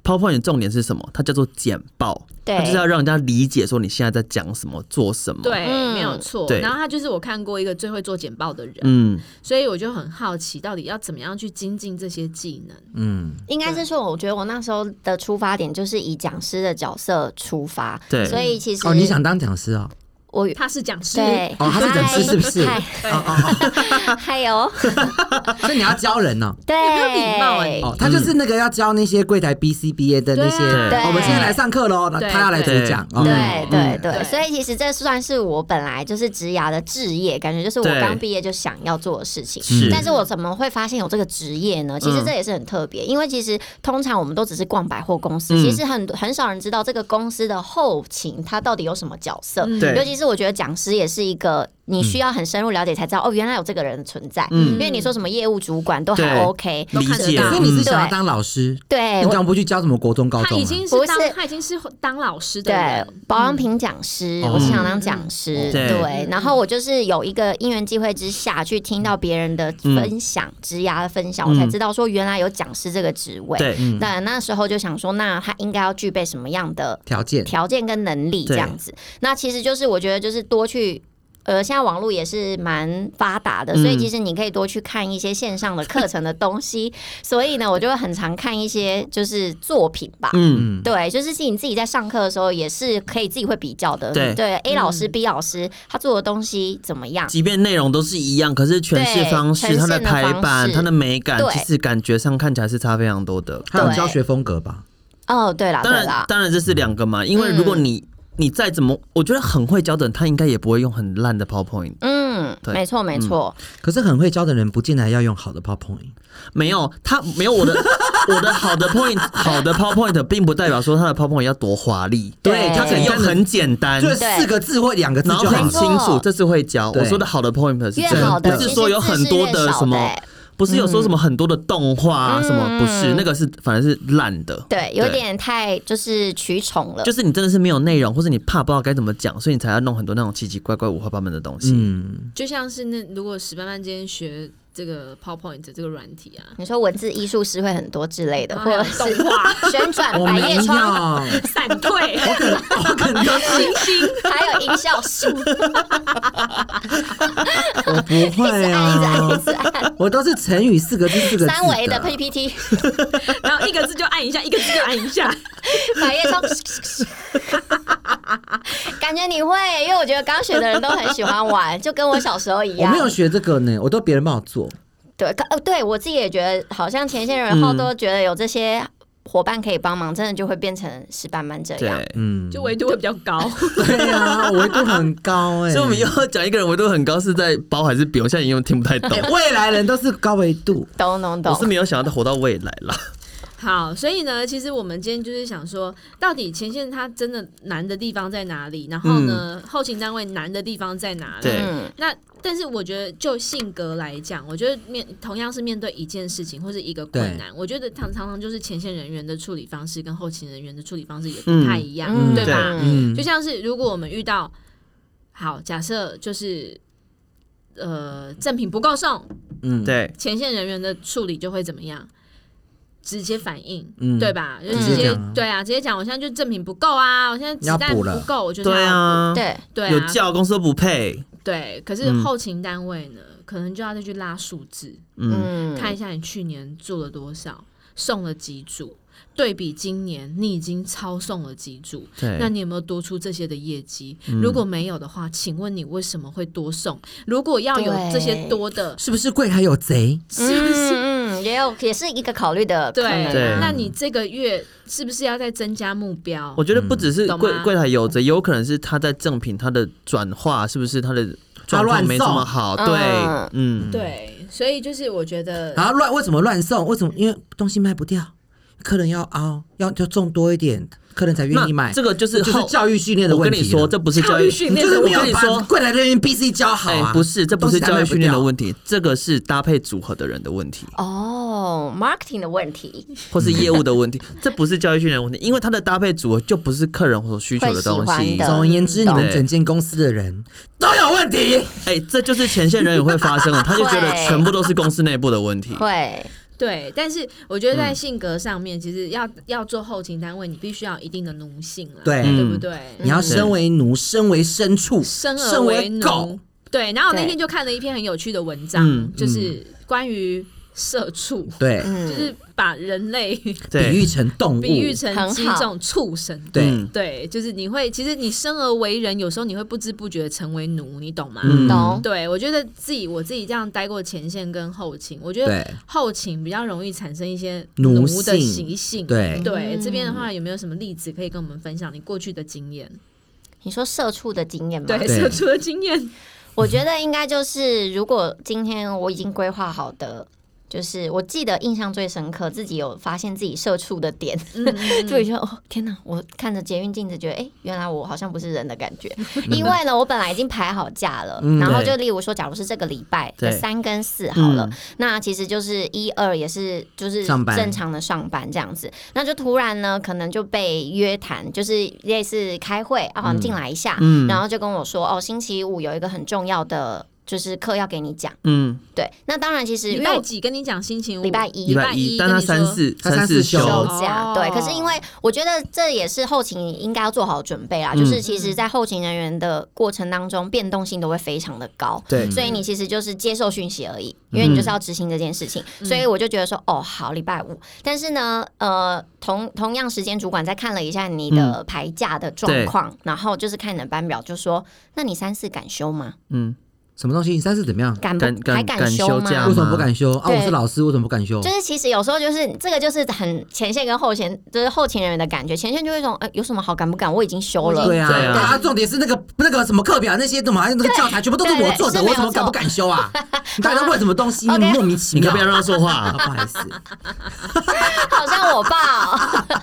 S2: PowerPoint 的重点是什么？它叫做简报，
S5: 嗯对，
S2: 它就是要让人家理解说你现在在讲什么、做什么。，
S4: 对，
S5: 嗯
S4: 没有错。
S2: 对
S4: 然后他就是我看过一个最会做简报的人，
S2: 嗯，
S4: 所以我就很好奇，到底要怎么样去精进这些技能？
S3: 嗯，
S5: 应该是说，我觉得我那时候的出发点就是以讲师的角色出发，
S2: 对
S5: 所以其实
S3: 哦，你想当讲师哦？
S5: 我
S4: 他是讲师，
S5: 对，
S3: 哦，他是讲师是不是？
S5: 嗨
S3: 哦哦
S5: 还有
S3: 哦，所以你要教人哦。
S5: 对，
S4: 很有礼貌哎
S3: 哦，他就是那个要教那些柜台 B C B A 的那些，
S2: 对
S5: 啊
S3: 哦我们现在来上课喽，那
S4: 对
S3: 他要来主讲，
S2: 对
S3: 哦
S5: 对对
S3: 嗯
S5: 对，
S4: 对
S5: 所以其实这算是我本来就是职涯的置业，感觉就是我
S2: 对
S5: 刚毕业就想要做的事情。
S2: 是
S5: 但是我怎么会发现有这个职业呢？其
S3: 嗯
S5: 实这也是很特别，因为其实通常我们都只是逛百货公司，
S2: 嗯
S5: 其实很很少人知道这个公司的后勤它到底有什么角色。
S4: 嗯
S2: 对
S5: 尤其是我觉得讲师也是一个你需要很深入了解才知道、哦，原来有这个人的存在。
S2: 嗯
S5: 因为你说什么业务主管都还
S2: 对
S5: OK，
S4: 都
S2: 理
S4: 看得
S2: 解。
S4: 到
S3: 所以你
S2: 嗯
S3: 是想要当老师，
S5: 对
S3: 你
S5: 我
S3: 干嘛不去教什么国中、高
S4: 他
S3: 中
S4: 已
S3: 啊？
S4: 经
S5: 不
S4: 是当
S5: 是
S4: 他已经是当老师的
S5: 对
S4: 人，
S5: 保养品讲师，
S3: 嗯
S5: 我是想当讲师，
S3: 嗯
S2: 对
S5: 对。然后我就是有一个因缘机会之下去听到别人的分享，职涯的分享，我才知道说原来有讲师这个职
S2: 嗯
S5: 位。
S2: 对，嗯
S5: 那那时候就想说，那他应该要具备什么样的
S3: 条件
S5: 条件跟能力这样子。那其实就是我觉得就是多去。呃，现在网络也是蛮发达的，所
S2: 嗯
S5: 以其实你可以多去看一些线上的课程的东西。 所以呢，我就会很常看一些就是作品吧，
S2: 嗯，
S5: 对，就是是你自己在上课的时候也是可以自己会比较的。
S2: 对
S5: a 老师、B 老师他做的东西怎么样？
S2: 即便内容都是一样，可是诠释方式、
S5: 对
S2: 它的
S5: 呈现的方
S2: 排
S5: 式
S2: 版、它的美感，
S5: 对
S2: 其实感觉上看起来是差非常多的。
S3: 还有
S5: 对
S3: 教学风格吧？
S5: 哦，对啦，
S2: 当
S5: 对
S2: 然
S5: 啦，，
S2: 当然这是两个
S5: 嗯
S2: 嘛，因为如果你、你再怎么，我觉得很会教的人，他应该也不会用很烂的 PowerPoint。
S5: 嗯，
S2: 对
S5: 没错没错，
S3: 可是很会教的人，不见得要用好的 PowerPoint。
S2: 没有，他没有我 的我的好的 point，好的 PowerPoint 并不代表说他的 PowerPoint 要多华丽，
S5: 对
S2: 他可以用很简单
S3: 就。是四个字或两个字
S2: 然后
S3: 就
S2: 很
S3: 好
S5: 没
S3: 了
S5: 错。
S2: 清楚，这次会教。
S3: 对
S2: 我说的好的 point 是
S5: 越
S2: 这
S5: 好
S2: 样，
S5: 的
S2: 不
S5: 其
S2: 是
S5: 实
S2: 说有很多
S5: 字是越少
S2: 什么
S5: 欸
S2: 不是有说什么很多的动画啊
S5: 嗯
S2: 什么，不是
S5: 嗯
S2: 那个是反而是烂的，
S5: 对，有点太就是取宠了
S2: 就。是你真的是没有内容，或者你怕不知道该怎么讲，所以你才要弄很多那种奇奇怪怪、五花八门的东西。
S3: 嗯，
S4: 就像是那如果史班班今天学这个 PowerPoint 这个软体 啊，
S5: 你说文字艺术师会很多之类的，
S4: 然
S5: 或
S4: 后还有
S5: 者是
S4: 动画
S5: 旋转
S3: 我
S5: 百
S3: 没
S5: 叶
S3: 有，
S5: 窗，
S4: 闪退，
S3: 我可能
S4: 星星，
S5: 还有音效术，
S3: 我不会哦，我都是成语四个字四个字
S5: 三维的
S3: 的
S5: PPT，
S4: 然后一个字就按一下，一个字就按一下。
S5: 百叶窗。 感觉你会，因为我觉得刚学的人都很喜欢玩，就跟我小时候一
S3: 我
S5: 样。
S3: 没有学这个呢，我都别人帮我做。
S5: 对，可呃，对我自己也觉得，好像前线人后都觉得有这些伙伴可以帮忙，真的就会变成石斑斑这样。
S2: 对，
S3: 嗯，
S4: 就维度会比较高。
S3: 对啊，维度很高哎、
S2: 所以我们要讲一个人维度很高是在包还是比？我现在已经听不太懂。
S3: 未来人都是高维度。
S5: 懂懂
S2: 我是
S5: 懂，
S2: 没有想到他活到未来啦，
S4: 好，所以呢，其实我们今天就是想说，到底前线它真的难的地方在哪里？然后呢，后勤单位难的地方在哪里？
S2: 对
S5: 嗯，
S4: 那但是我觉得，就性格来讲，我觉得面同样是面对一件事情或是一个困难，我觉得常常常就是前线人员的处理方式跟后勤人员的处理方式也不太一样，
S5: 嗯
S4: 对吧？
S5: 嗯
S4: 就像是如果我们遇到，好，假设就是呃赠品不够送，
S3: 嗯，
S2: 对，
S4: 前线人员的处理就会怎么样？直接反应，
S3: 嗯
S4: 对吧？就
S5: 直
S3: 接
S4: 直接
S3: 讲啊
S4: 对啊，直接讲，我现在就赠品不够啊，我现在子弹
S3: 要补
S4: 不
S3: 了
S4: 够，我就是
S2: 对
S4: 要
S2: 啊，
S5: 对，
S4: 补对
S2: 有
S4: 啊，
S2: 叫公司都不配，
S4: 对。可是后勤单位呢，可能就要再去拉数字，
S2: 嗯，
S5: 嗯，
S4: 看一下你去年做了多少，送了几组，对比今年你已经超送了几组，那
S2: 对，
S4: 你有没有多出这些的业绩？如果没有的话，请问你为什么会多送？如果要有这些
S5: 对
S4: 多的，
S3: 是不是柜台有贼？
S4: 是不是
S5: 嗯嗯，也有也是一个考虑的可
S4: 对
S5: 能啊，
S2: 对
S4: 那你这个月是不是要再增加目标
S2: 我？觉得不只是
S4: 懂
S2: 柜
S4: 吗
S2: 柜台有着，也有可能是他在赠品他的转化是不是他的状况没这么好，
S5: 他
S2: 对
S5: 乱，
S2: 嗯，
S4: 对，所以就是我觉得，
S3: 然后啊乱为什么乱送？为什么？因为东西卖不掉，客人要凹，要就种多一点，客人才愿意买。
S2: 这个就是
S3: 就是
S2: 后
S3: 教育训练的
S2: 我
S3: 问
S2: 跟
S3: 题了。
S2: 你说，这不是教育
S3: 你就
S2: 我
S3: 是没有
S2: 跟你
S3: 把
S2: 说，哎
S3: 柜台人员必须教好啊。
S2: 不是，这不是教育训练的
S3: 题。
S2: 问题，这个是搭配组合的人的问题，
S5: 哦，marketing 的问题，
S2: 或是业务的问题， 这不是教育训练的问题，因为它的搭配组合就不是客人所需求的东
S5: 会喜
S2: 西
S5: 欢。的
S3: 总而言之，你
S2: 懂
S3: 们整间公司的人都有问题。
S2: 哎、这就是前线人也会发 生了，他就觉得
S5: 会
S2: 全部都是公司内部的问题。
S5: 会，
S4: 对，但是我觉得在性格上面，其实要要做后勤单位，你必须要有一定的奴性了，
S3: 对
S2: 嗯
S4: 对不对？
S3: 你要身为奴，身为牲畜，
S4: 生而
S3: 身嗯为
S4: 为奴
S3: 狗，，嗯
S4: 对。然后我那
S5: 对
S4: 天就看了一篇很有趣的文章，就是关于社畜，
S3: 对，
S4: 就
S5: 嗯，
S4: 是把人类
S3: 比
S2: 对，
S3: 喻成动物，
S4: 比喻成
S5: 很
S4: 几
S5: 好
S4: 种畜生。
S3: 对
S2: 嗯，
S4: 对，就是你会，其实你生而为人，有时候你会不知不觉地成为奴，你懂吗？
S2: 嗯
S5: 懂，
S4: 对，我觉得自己我自己这样待过前线跟后勤，我觉得
S3: 对
S4: 后勤比较容易产生一些
S3: 奴
S4: 的
S3: 性
S4: 习性。
S3: 对，
S4: 对，这
S5: 嗯
S4: 边的话有没有什么例子可以跟我们分享你过去的经验？
S5: 你说社畜的经验吗？
S4: 对，
S3: 对
S4: 社畜的经验。
S5: 我觉得应该就是，如果今天我已经规划好的，就是我记得印象最深刻，自己有发现自己社畜的点， 就会觉得哦天哪！我看着捷运镜子，觉得哎、诶原来我好像不是人的感觉。因为呢，我本来已经排好假了，
S3: 嗯
S5: 然后
S2: 对
S5: 就例如说，假如是这个礼拜
S2: 对
S5: 的三跟四好了，那其实就是一二也是就是
S3: 上班
S5: 正常的上班这样子，那就突然呢，可能就被约谈，就是类似开会啊，你进来一下，
S2: 嗯
S5: 然后就跟我说哦，星期五有一个很重要的就是课要给你讲，
S2: 嗯，
S5: 对，那当然其实
S4: 礼
S5: 因
S4: 拜
S5: 为
S4: 几跟你讲心情五？
S5: 礼拜一
S2: 礼拜
S4: 礼拜一
S2: 一，但他
S4: 跟你
S2: 三
S4: 说
S2: 四
S3: 他
S2: 三
S3: 三
S2: 四
S3: 四
S2: 休，
S5: 休
S3: 休
S5: 假，
S4: 哦
S5: 对。可是因为我觉得这也是后勤应该要做好准
S2: 嗯
S5: 备啦，就是其
S4: 嗯
S5: 实，在后勤人员的过程当中，变动性都会非常的高。
S2: 对，
S5: 所以你其实就是接受讯息而已，
S2: 嗯
S5: 因为你就是要执行这件事情，所
S4: 嗯
S5: 以我就觉得说，哦，好，礼拜五。但是呢，呃，同同样时间，主管再看了一下你
S2: 嗯
S5: 的排假的状况，然后就是看你的班表，就说，那你三四敢休吗？
S2: 嗯，
S3: 什么东西？你三四怎么样？
S5: 敢不
S2: 敢敢
S5: 还
S2: 敢休
S5: 休吗？
S2: 假
S3: 为什么不敢休啊？
S5: 对
S3: 我是老师，为什么不敢休？
S5: 就是其实有时候就是这个就是很前线跟后线，就是后勤人员的感觉，前线就会说，呃，有什么好敢不敢？我已经休了，
S3: 对啊，
S2: 对啊
S3: 啊，重点是那个那个什么课表那些怎么还啊有那个教材全部都是我做的，
S5: 对对是没
S3: 我
S5: 有
S3: 怎么敢不敢修啊？ 你到底在问什么东西？
S5: OK
S3: 莫名其
S2: 你可
S3: 妙。
S2: 不要让他说
S3: 啊，
S2: 话。
S3: 不好意思，
S5: 好像我爸、 哦。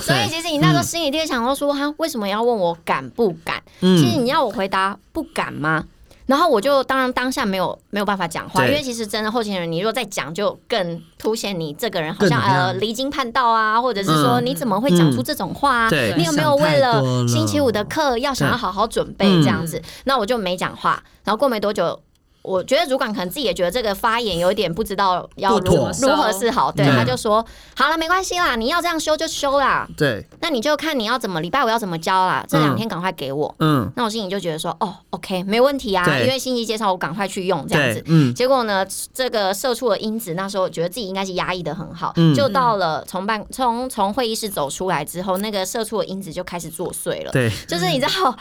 S5: 所以其实你那时
S3: 嗯
S5: 候心里就会想到说，他为什么要问我敢不敢？其实
S2: 嗯，
S5: 你要我回答不敢吗？然后我就当然当下没有没有办法讲话，
S2: 对
S5: 因为其实真的后勤人，你如果再讲，就更凸显你这个人好
S3: 更
S5: 像
S3: 怎么样
S5: 呃离经叛道啊，或者是说
S2: 嗯
S5: 你怎么会讲出这种话啊？
S2: 对
S5: 你有没有为
S3: 想太多
S5: 了
S3: 了嗯
S5: 星期五的课要想要好好准备
S2: 对
S5: 这样子？那我就没讲话。然后过没多久，我觉得主管可能自己也觉得这个发言有一点不知道要
S3: 不
S5: 如
S3: 妥
S5: 如何是好，对，
S2: 对
S5: 他就说好了，没关系啦，你要这样修就修啦，
S2: 对，
S5: 那你就看你要怎么礼拜五要怎么交啦，这两天赶快给我。
S2: 嗯，
S5: 那我心里就觉得说，哦，OK，没问题啊，
S2: 对
S5: 因为星期介绍我赶快去用这样
S2: 对
S5: 子，。
S2: 嗯，
S5: 结果呢，这个社畜的因子，那时候觉得自己应该是压抑的很好，
S2: 嗯
S5: 就到了从办从从会议室走出来之后，那个社畜的因子就开始作祟了，
S2: 对，
S5: 就是你知道，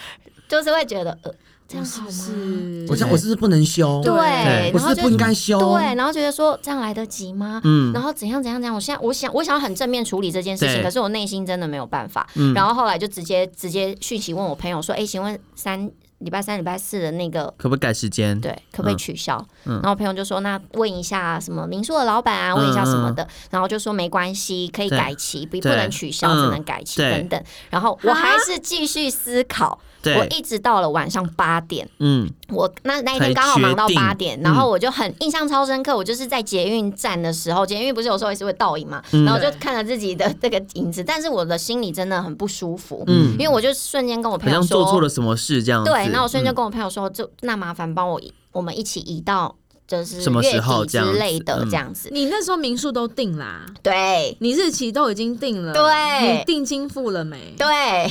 S5: 就是会觉得呃，这样
S4: 是
S5: 好吗
S4: 不？是？
S2: 哦
S3: 我想我是不是不能修？
S5: 对，
S2: 对
S3: 我
S5: 然后
S3: 是
S5: 就
S3: 不应该修。
S5: 对，然后觉得说这样来得及吗？
S2: 嗯
S5: 然后怎样怎样怎样，我现在我想我想要很正面处理这件事情，
S2: 对嗯
S5: 可是我内心真的没有办法。然后后来就直接直接讯息问我朋友说：“哎，请问三礼拜三、礼拜四的那个。
S2: 可不可以改时间？
S5: 对，可不可以
S2: 嗯
S5: 取消？
S2: 嗯
S5: 然后我朋友就说：“那问一下什么民宿的老板啊，
S2: 嗯
S5: 问一下什么的。然后就说：“没关系，可以
S2: 对
S5: 改期，不不
S2: 对
S5: 能取消，
S2: 嗯
S5: 只能改期
S2: 对
S5: 等等。”然后我还是继续思考，我
S2: 对，
S5: 一直到了晚上八点，
S2: 嗯，
S5: 我那那一
S2: 才
S5: 天刚好忙到
S2: 决定嗯
S5: 八点，然后我就很印象超深刻。我就是在捷运站的时候，捷运不是有时候也是会倒影嘛，
S2: 嗯
S5: 然后我就看了自己的这个影子，但是我的心里真的很不舒服，
S2: 嗯
S5: 因为我就瞬间跟我
S2: 好
S5: 朋友
S2: 像
S5: 说
S2: 做错了什么事这样子。
S5: 对，那我瞬
S2: 嗯
S5: 间就跟我朋友说，就那麻烦帮我移我们一起移到就是
S2: 什么时
S5: 月
S2: 候
S5: 底
S2: 这
S5: 之
S2: 样
S5: 类
S2: 子
S5: 的
S2: 嗯
S5: 这样子。
S4: 你那时候民宿都定啦，
S5: 对
S4: 你日期都已经定了，
S5: 对
S4: 你定金付了没？
S5: 对，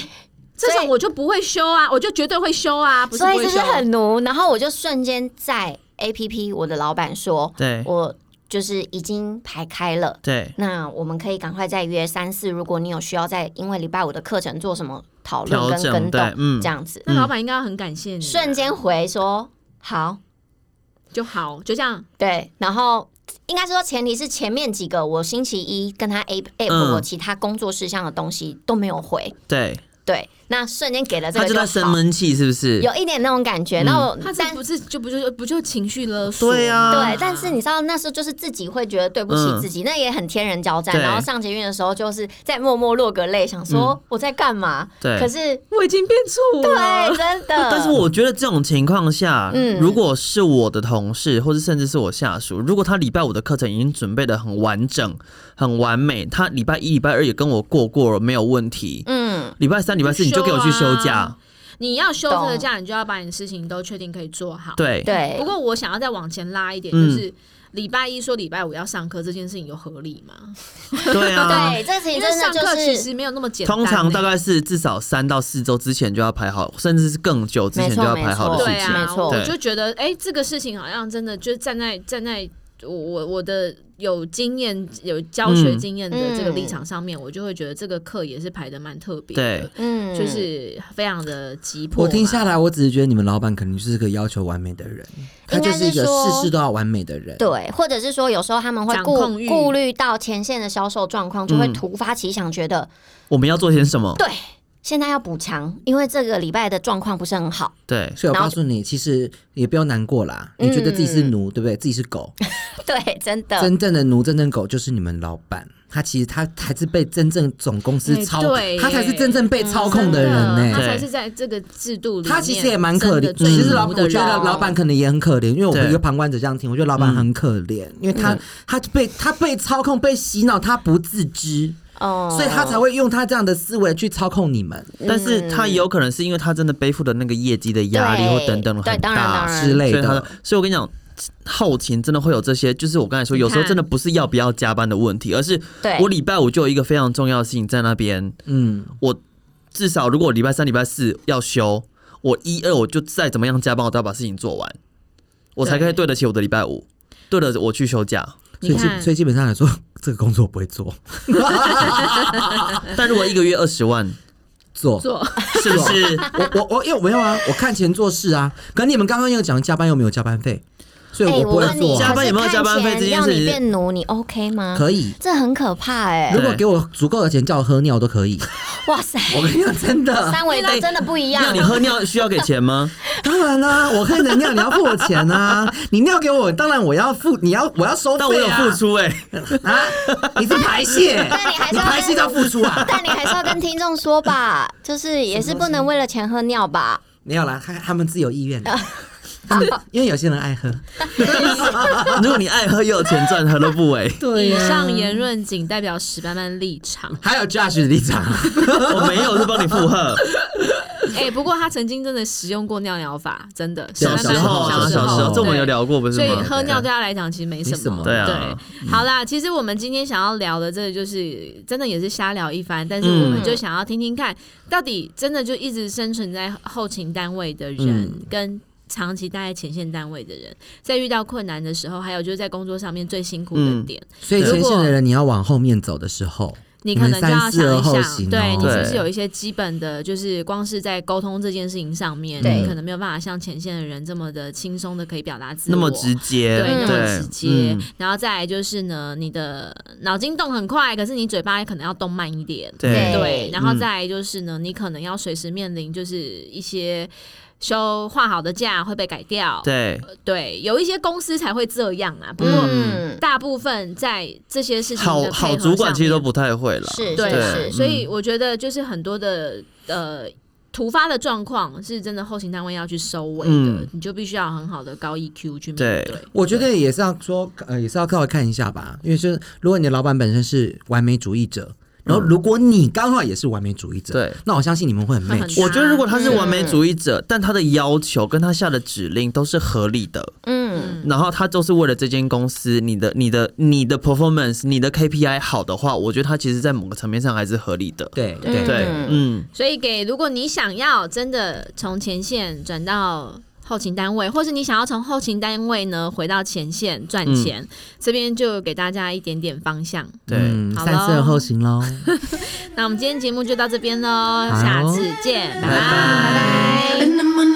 S4: 这
S5: 所
S4: 种
S5: 以
S4: 我就不会修啊，我就绝对会修啊，不是
S5: 所
S4: 不
S5: 以
S4: 会
S5: 这是
S4: 修。
S5: 很奴。然后我就瞬间在 A P P 我的老板说，
S2: 对
S5: 我就是已经排开了。
S2: 对
S5: 那我们可以赶快再约三四，如果你有需要再因为礼拜五的课程做什么讨论
S2: 调
S5: 跟跟
S2: 整，对
S5: 动，，
S2: 嗯
S5: 这，样子，嗯
S4: 那老板应该要很感谢你啊、
S5: 瞬间回说好，
S4: 就好，就这样。
S5: 对，然后应该说前提是前面几个我星期一跟他 a a p
S2: 嗯
S5: 我其他工作事项的东西都没有回，
S2: 对，
S5: 对，那瞬间给了这
S2: 他
S5: 个
S2: 就在
S5: 就
S2: 生
S5: 好，
S2: 闷嗯气，是不是？
S5: 有一点那种感觉。那我
S4: 他这
S5: 嗯但
S4: 不是就不就不就情绪勒索？
S2: 对啊
S5: 对，但是你知道那时候就是自己会觉得对不起
S2: 嗯
S5: 自己，那也很天人交战。
S2: 对嗯
S5: 然后上捷运的时候就是在默默落个泪，想说我在干嘛？
S2: 对
S5: 可是
S4: 我已经变醋了。
S5: 对，真的。
S2: 哦但是我觉得这种情况下，
S5: 嗯
S2: 如果是我的同事，或是甚至是我下属，如果他礼拜五的课程已经准备的很完整、很完美，他礼拜一、礼拜二也跟我过过了，没有问题。
S5: 嗯，
S2: 礼拜三、礼拜四你就给我去休
S4: 休
S2: 假
S4: 啊，你要休这个假，你就要把你的事情都确定可以做好。。
S2: 对
S5: 对
S4: 不，过我想要再往前拉一点，
S2: 嗯
S4: 就是礼拜一说礼拜五要上课这件事情有合理吗？
S2: 对啊。
S5: 对，这情
S4: 因为
S5: 真的
S4: 上
S5: 就
S4: 课其
S5: 是
S4: 实没有那么简单欸、
S2: 通常大概是至少三到四周之前就要排好，甚至是更久之前就要排好的事
S4: 对
S2: 情。
S4: 啊，
S5: 没错
S4: 我
S2: 对
S4: 就觉得哎、这个事情好像真的就站在站在我我我的有经验有教学
S2: 嗯
S4: 经验的这个
S5: 嗯
S4: 立场上面，我就会觉得这个课也是排的蛮特别的
S2: 对，
S5: 嗯，
S4: 就是非常的急迫
S3: 我
S4: 嘛。
S3: 听下来，我只是觉得你们老板肯定是个要求完美的人，他就一
S5: 应该是
S3: 个
S5: 说
S3: 事事都要完美的人。，
S5: 对，或者是说有时候他们会
S4: 掌
S5: 顾
S4: 控欲
S5: 顾虑到前线的销售状况，就会
S2: 嗯
S5: 突发奇想，觉得、
S2: 我们要做些什么？
S5: 对现在要补强，因为这个礼拜的状况不是很好。
S2: 对
S3: 所以我
S5: 然后嗯
S3: 告诉你，其实也不要难过啦。你觉得自己是奴，对不对？自己是狗，
S5: 对，真
S4: 嗯
S5: 的，
S3: 真正的奴，真正狗就是你们老板。他其实他才是被真正总公司
S4: 哎
S3: 操
S4: 对，
S3: 他才是
S4: 耶
S3: 真正被操控
S4: 真
S3: 的
S4: 的
S3: 人呢。
S4: 他
S2: 对
S4: 才是在这个制度里面真
S3: 他
S4: 的最奴的人，
S3: 其实也蛮可怜，其实老我觉得老板可能也很可怜，因为我
S2: 对
S3: 一个旁观者这样听，我觉得老板很可怜，
S4: 嗯
S3: 因为他他被他被操控、被洗脑，他不自知，
S5: 哦
S3: 所以他才会用他这样的思维去操控你们
S2: 但是他也有可能是因为他真的背负的那个业绩的压力或
S5: 嗯对
S2: 等等很大，
S5: 对当然当然
S3: 之类
S2: 所以他
S3: 的
S2: 的。，所以我跟你讲，后勤真的会有这些，就是我刚才说，有时候真的不是要不要加班的问题，而是
S5: 对
S2: 我礼拜五就有一个非常重要的事情在那边，
S3: 嗯，
S2: 我至少如果我礼拜三、礼拜四要休，我一二我就再怎么样加班，我都要把事情做完，我才可以对得起我的礼拜五，对得我去休假。
S3: 所以
S4: 你
S3: 基
S4: 看
S3: 所以基本上来说，这个工作我不会做，
S2: 但如果一个月二十万，
S3: 做
S4: 做
S2: 是不是？
S3: 我我我因为我没有啊，我看钱做事啊。可你们刚刚又讲加班又没有加班费，所以
S5: 哎，
S3: 不
S5: 我
S3: 会
S5: 问你，
S3: 做
S2: 加
S3: 啊。
S2: 班有没有加班费这件事
S5: 让你变奴，你 OK 吗？
S3: 可以，
S5: 这很可怕哎、
S3: 如果给我足够的钱叫我喝尿都可以。
S5: 哇塞，
S3: 我跟你讲，真的。
S5: 三维都真的不一样
S2: 那。你喝尿需要给钱吗？
S3: 当然啦、我看你的尿，你要付我钱 啊！你尿给我，当然我要付，你要我要收费、啊。
S2: 但我有付出哎、
S3: 出 啊！你是排 泄，
S5: 但你还是
S3: 你
S5: 要
S3: 排泄就要付出 啊！
S5: 但你还是要跟听众说吧，就是也是不能为了钱喝尿吧。
S3: 没有啦，他他们自有意愿的。他们 因为有些人爱喝，
S2: 如果你爱喝又有钱赚，何乐不为？
S3: 对
S4: 以上言论仅代表史班班立场。
S3: 还有 Josh 的立场，啊
S2: 我没有，是帮你附和。
S4: 哎、不过他曾经真的使用过尿疗法，真的
S3: 小
S2: 小
S4: 史班
S2: 时
S4: 班
S2: 候啊，
S4: 小
S2: 小时候，这我们
S4: 对
S2: 有聊过不是
S4: 所以
S2: 吗？
S4: 喝尿对他来讲其实没什
S3: 没什么
S2: 对啊
S4: 好啦，其实我们今天想要聊的，这个就是真的也是瞎聊一番，但是我
S2: 嗯
S4: 们就想要听听看，到底真的就一直生存在后勤单位的人、
S3: 嗯
S4: 跟。长期待在前线单位的人，在遇到困难的时候，还有就是在工作上面最辛苦的
S2: 嗯
S4: 点，
S3: 所以前线的人你要往后面走的时候，
S4: 你可能就要
S3: 你
S4: 想
S3: 们三
S4: 一
S3: 思而后
S4: 想，
S3: 行哦
S4: 对你是不是
S2: 对
S4: 有一些基本的，就是光是在沟通这件事情上面，
S3: 嗯
S5: 对
S4: 你可能没有办法像前线的人这么的轻松的可以表达自我，
S2: 那么直接，
S4: 对，那么
S2: 对
S4: 直接。
S2: 嗯
S4: 然后再来就是呢，你的脑筋动很快，可是你嘴巴可能要动慢一点。
S2: 对
S5: 对
S4: 然后再来就是呢，你可能要随时面临就是一些休画好的假会被改掉。
S2: 对，
S4: 对，有一些公司才会这样啊，不过
S5: 嗯，
S4: 大部分在这些事情的
S2: 好
S4: 配合
S2: 好主管
S4: 上
S2: 其实都
S4: 面
S2: 不太会了。
S5: 是
S4: 对啊
S5: 是
S2: 嗯
S5: 是，
S4: 所以我觉得就是很多的呃突发的状况是真的后勤单位要去收尾的，
S2: 嗯
S4: 你就必须要有很好的高 EQ 去面
S2: 对
S4: 对。
S3: 我觉得也是要说，呃，也是要稍微看一下吧，因为就是如果你的老板本身是完美主义者，然后如果你刚好也是完美主义者，
S2: 嗯对，
S3: 那我相信你们会很
S4: 那很
S3: match。
S2: 我觉得如果他是完美
S5: 嗯
S2: 主义者，但他的要求跟他下的指令都是合理的，
S5: 嗯
S2: 然后他就是为了这间公司，你的、你的、你的 performance、你的 KPI 好的话，我觉得他其实在某个层面上还是合理的。
S3: 对
S5: 嗯
S3: 对
S2: 对，嗯，
S4: 所以给如果你想要真的从前线转到后勤单位，或是你想要从后勤单位呢回到前线赚钱，这边就给大家一点点方向。
S2: 对，
S3: 嗯，
S4: 好
S3: 三思
S4: 咯
S3: 而后行喽。
S4: 那我们今天节目就到这边喽，
S3: 好
S4: 下次见，拜
S3: 拜
S4: 拜
S1: And I'm on a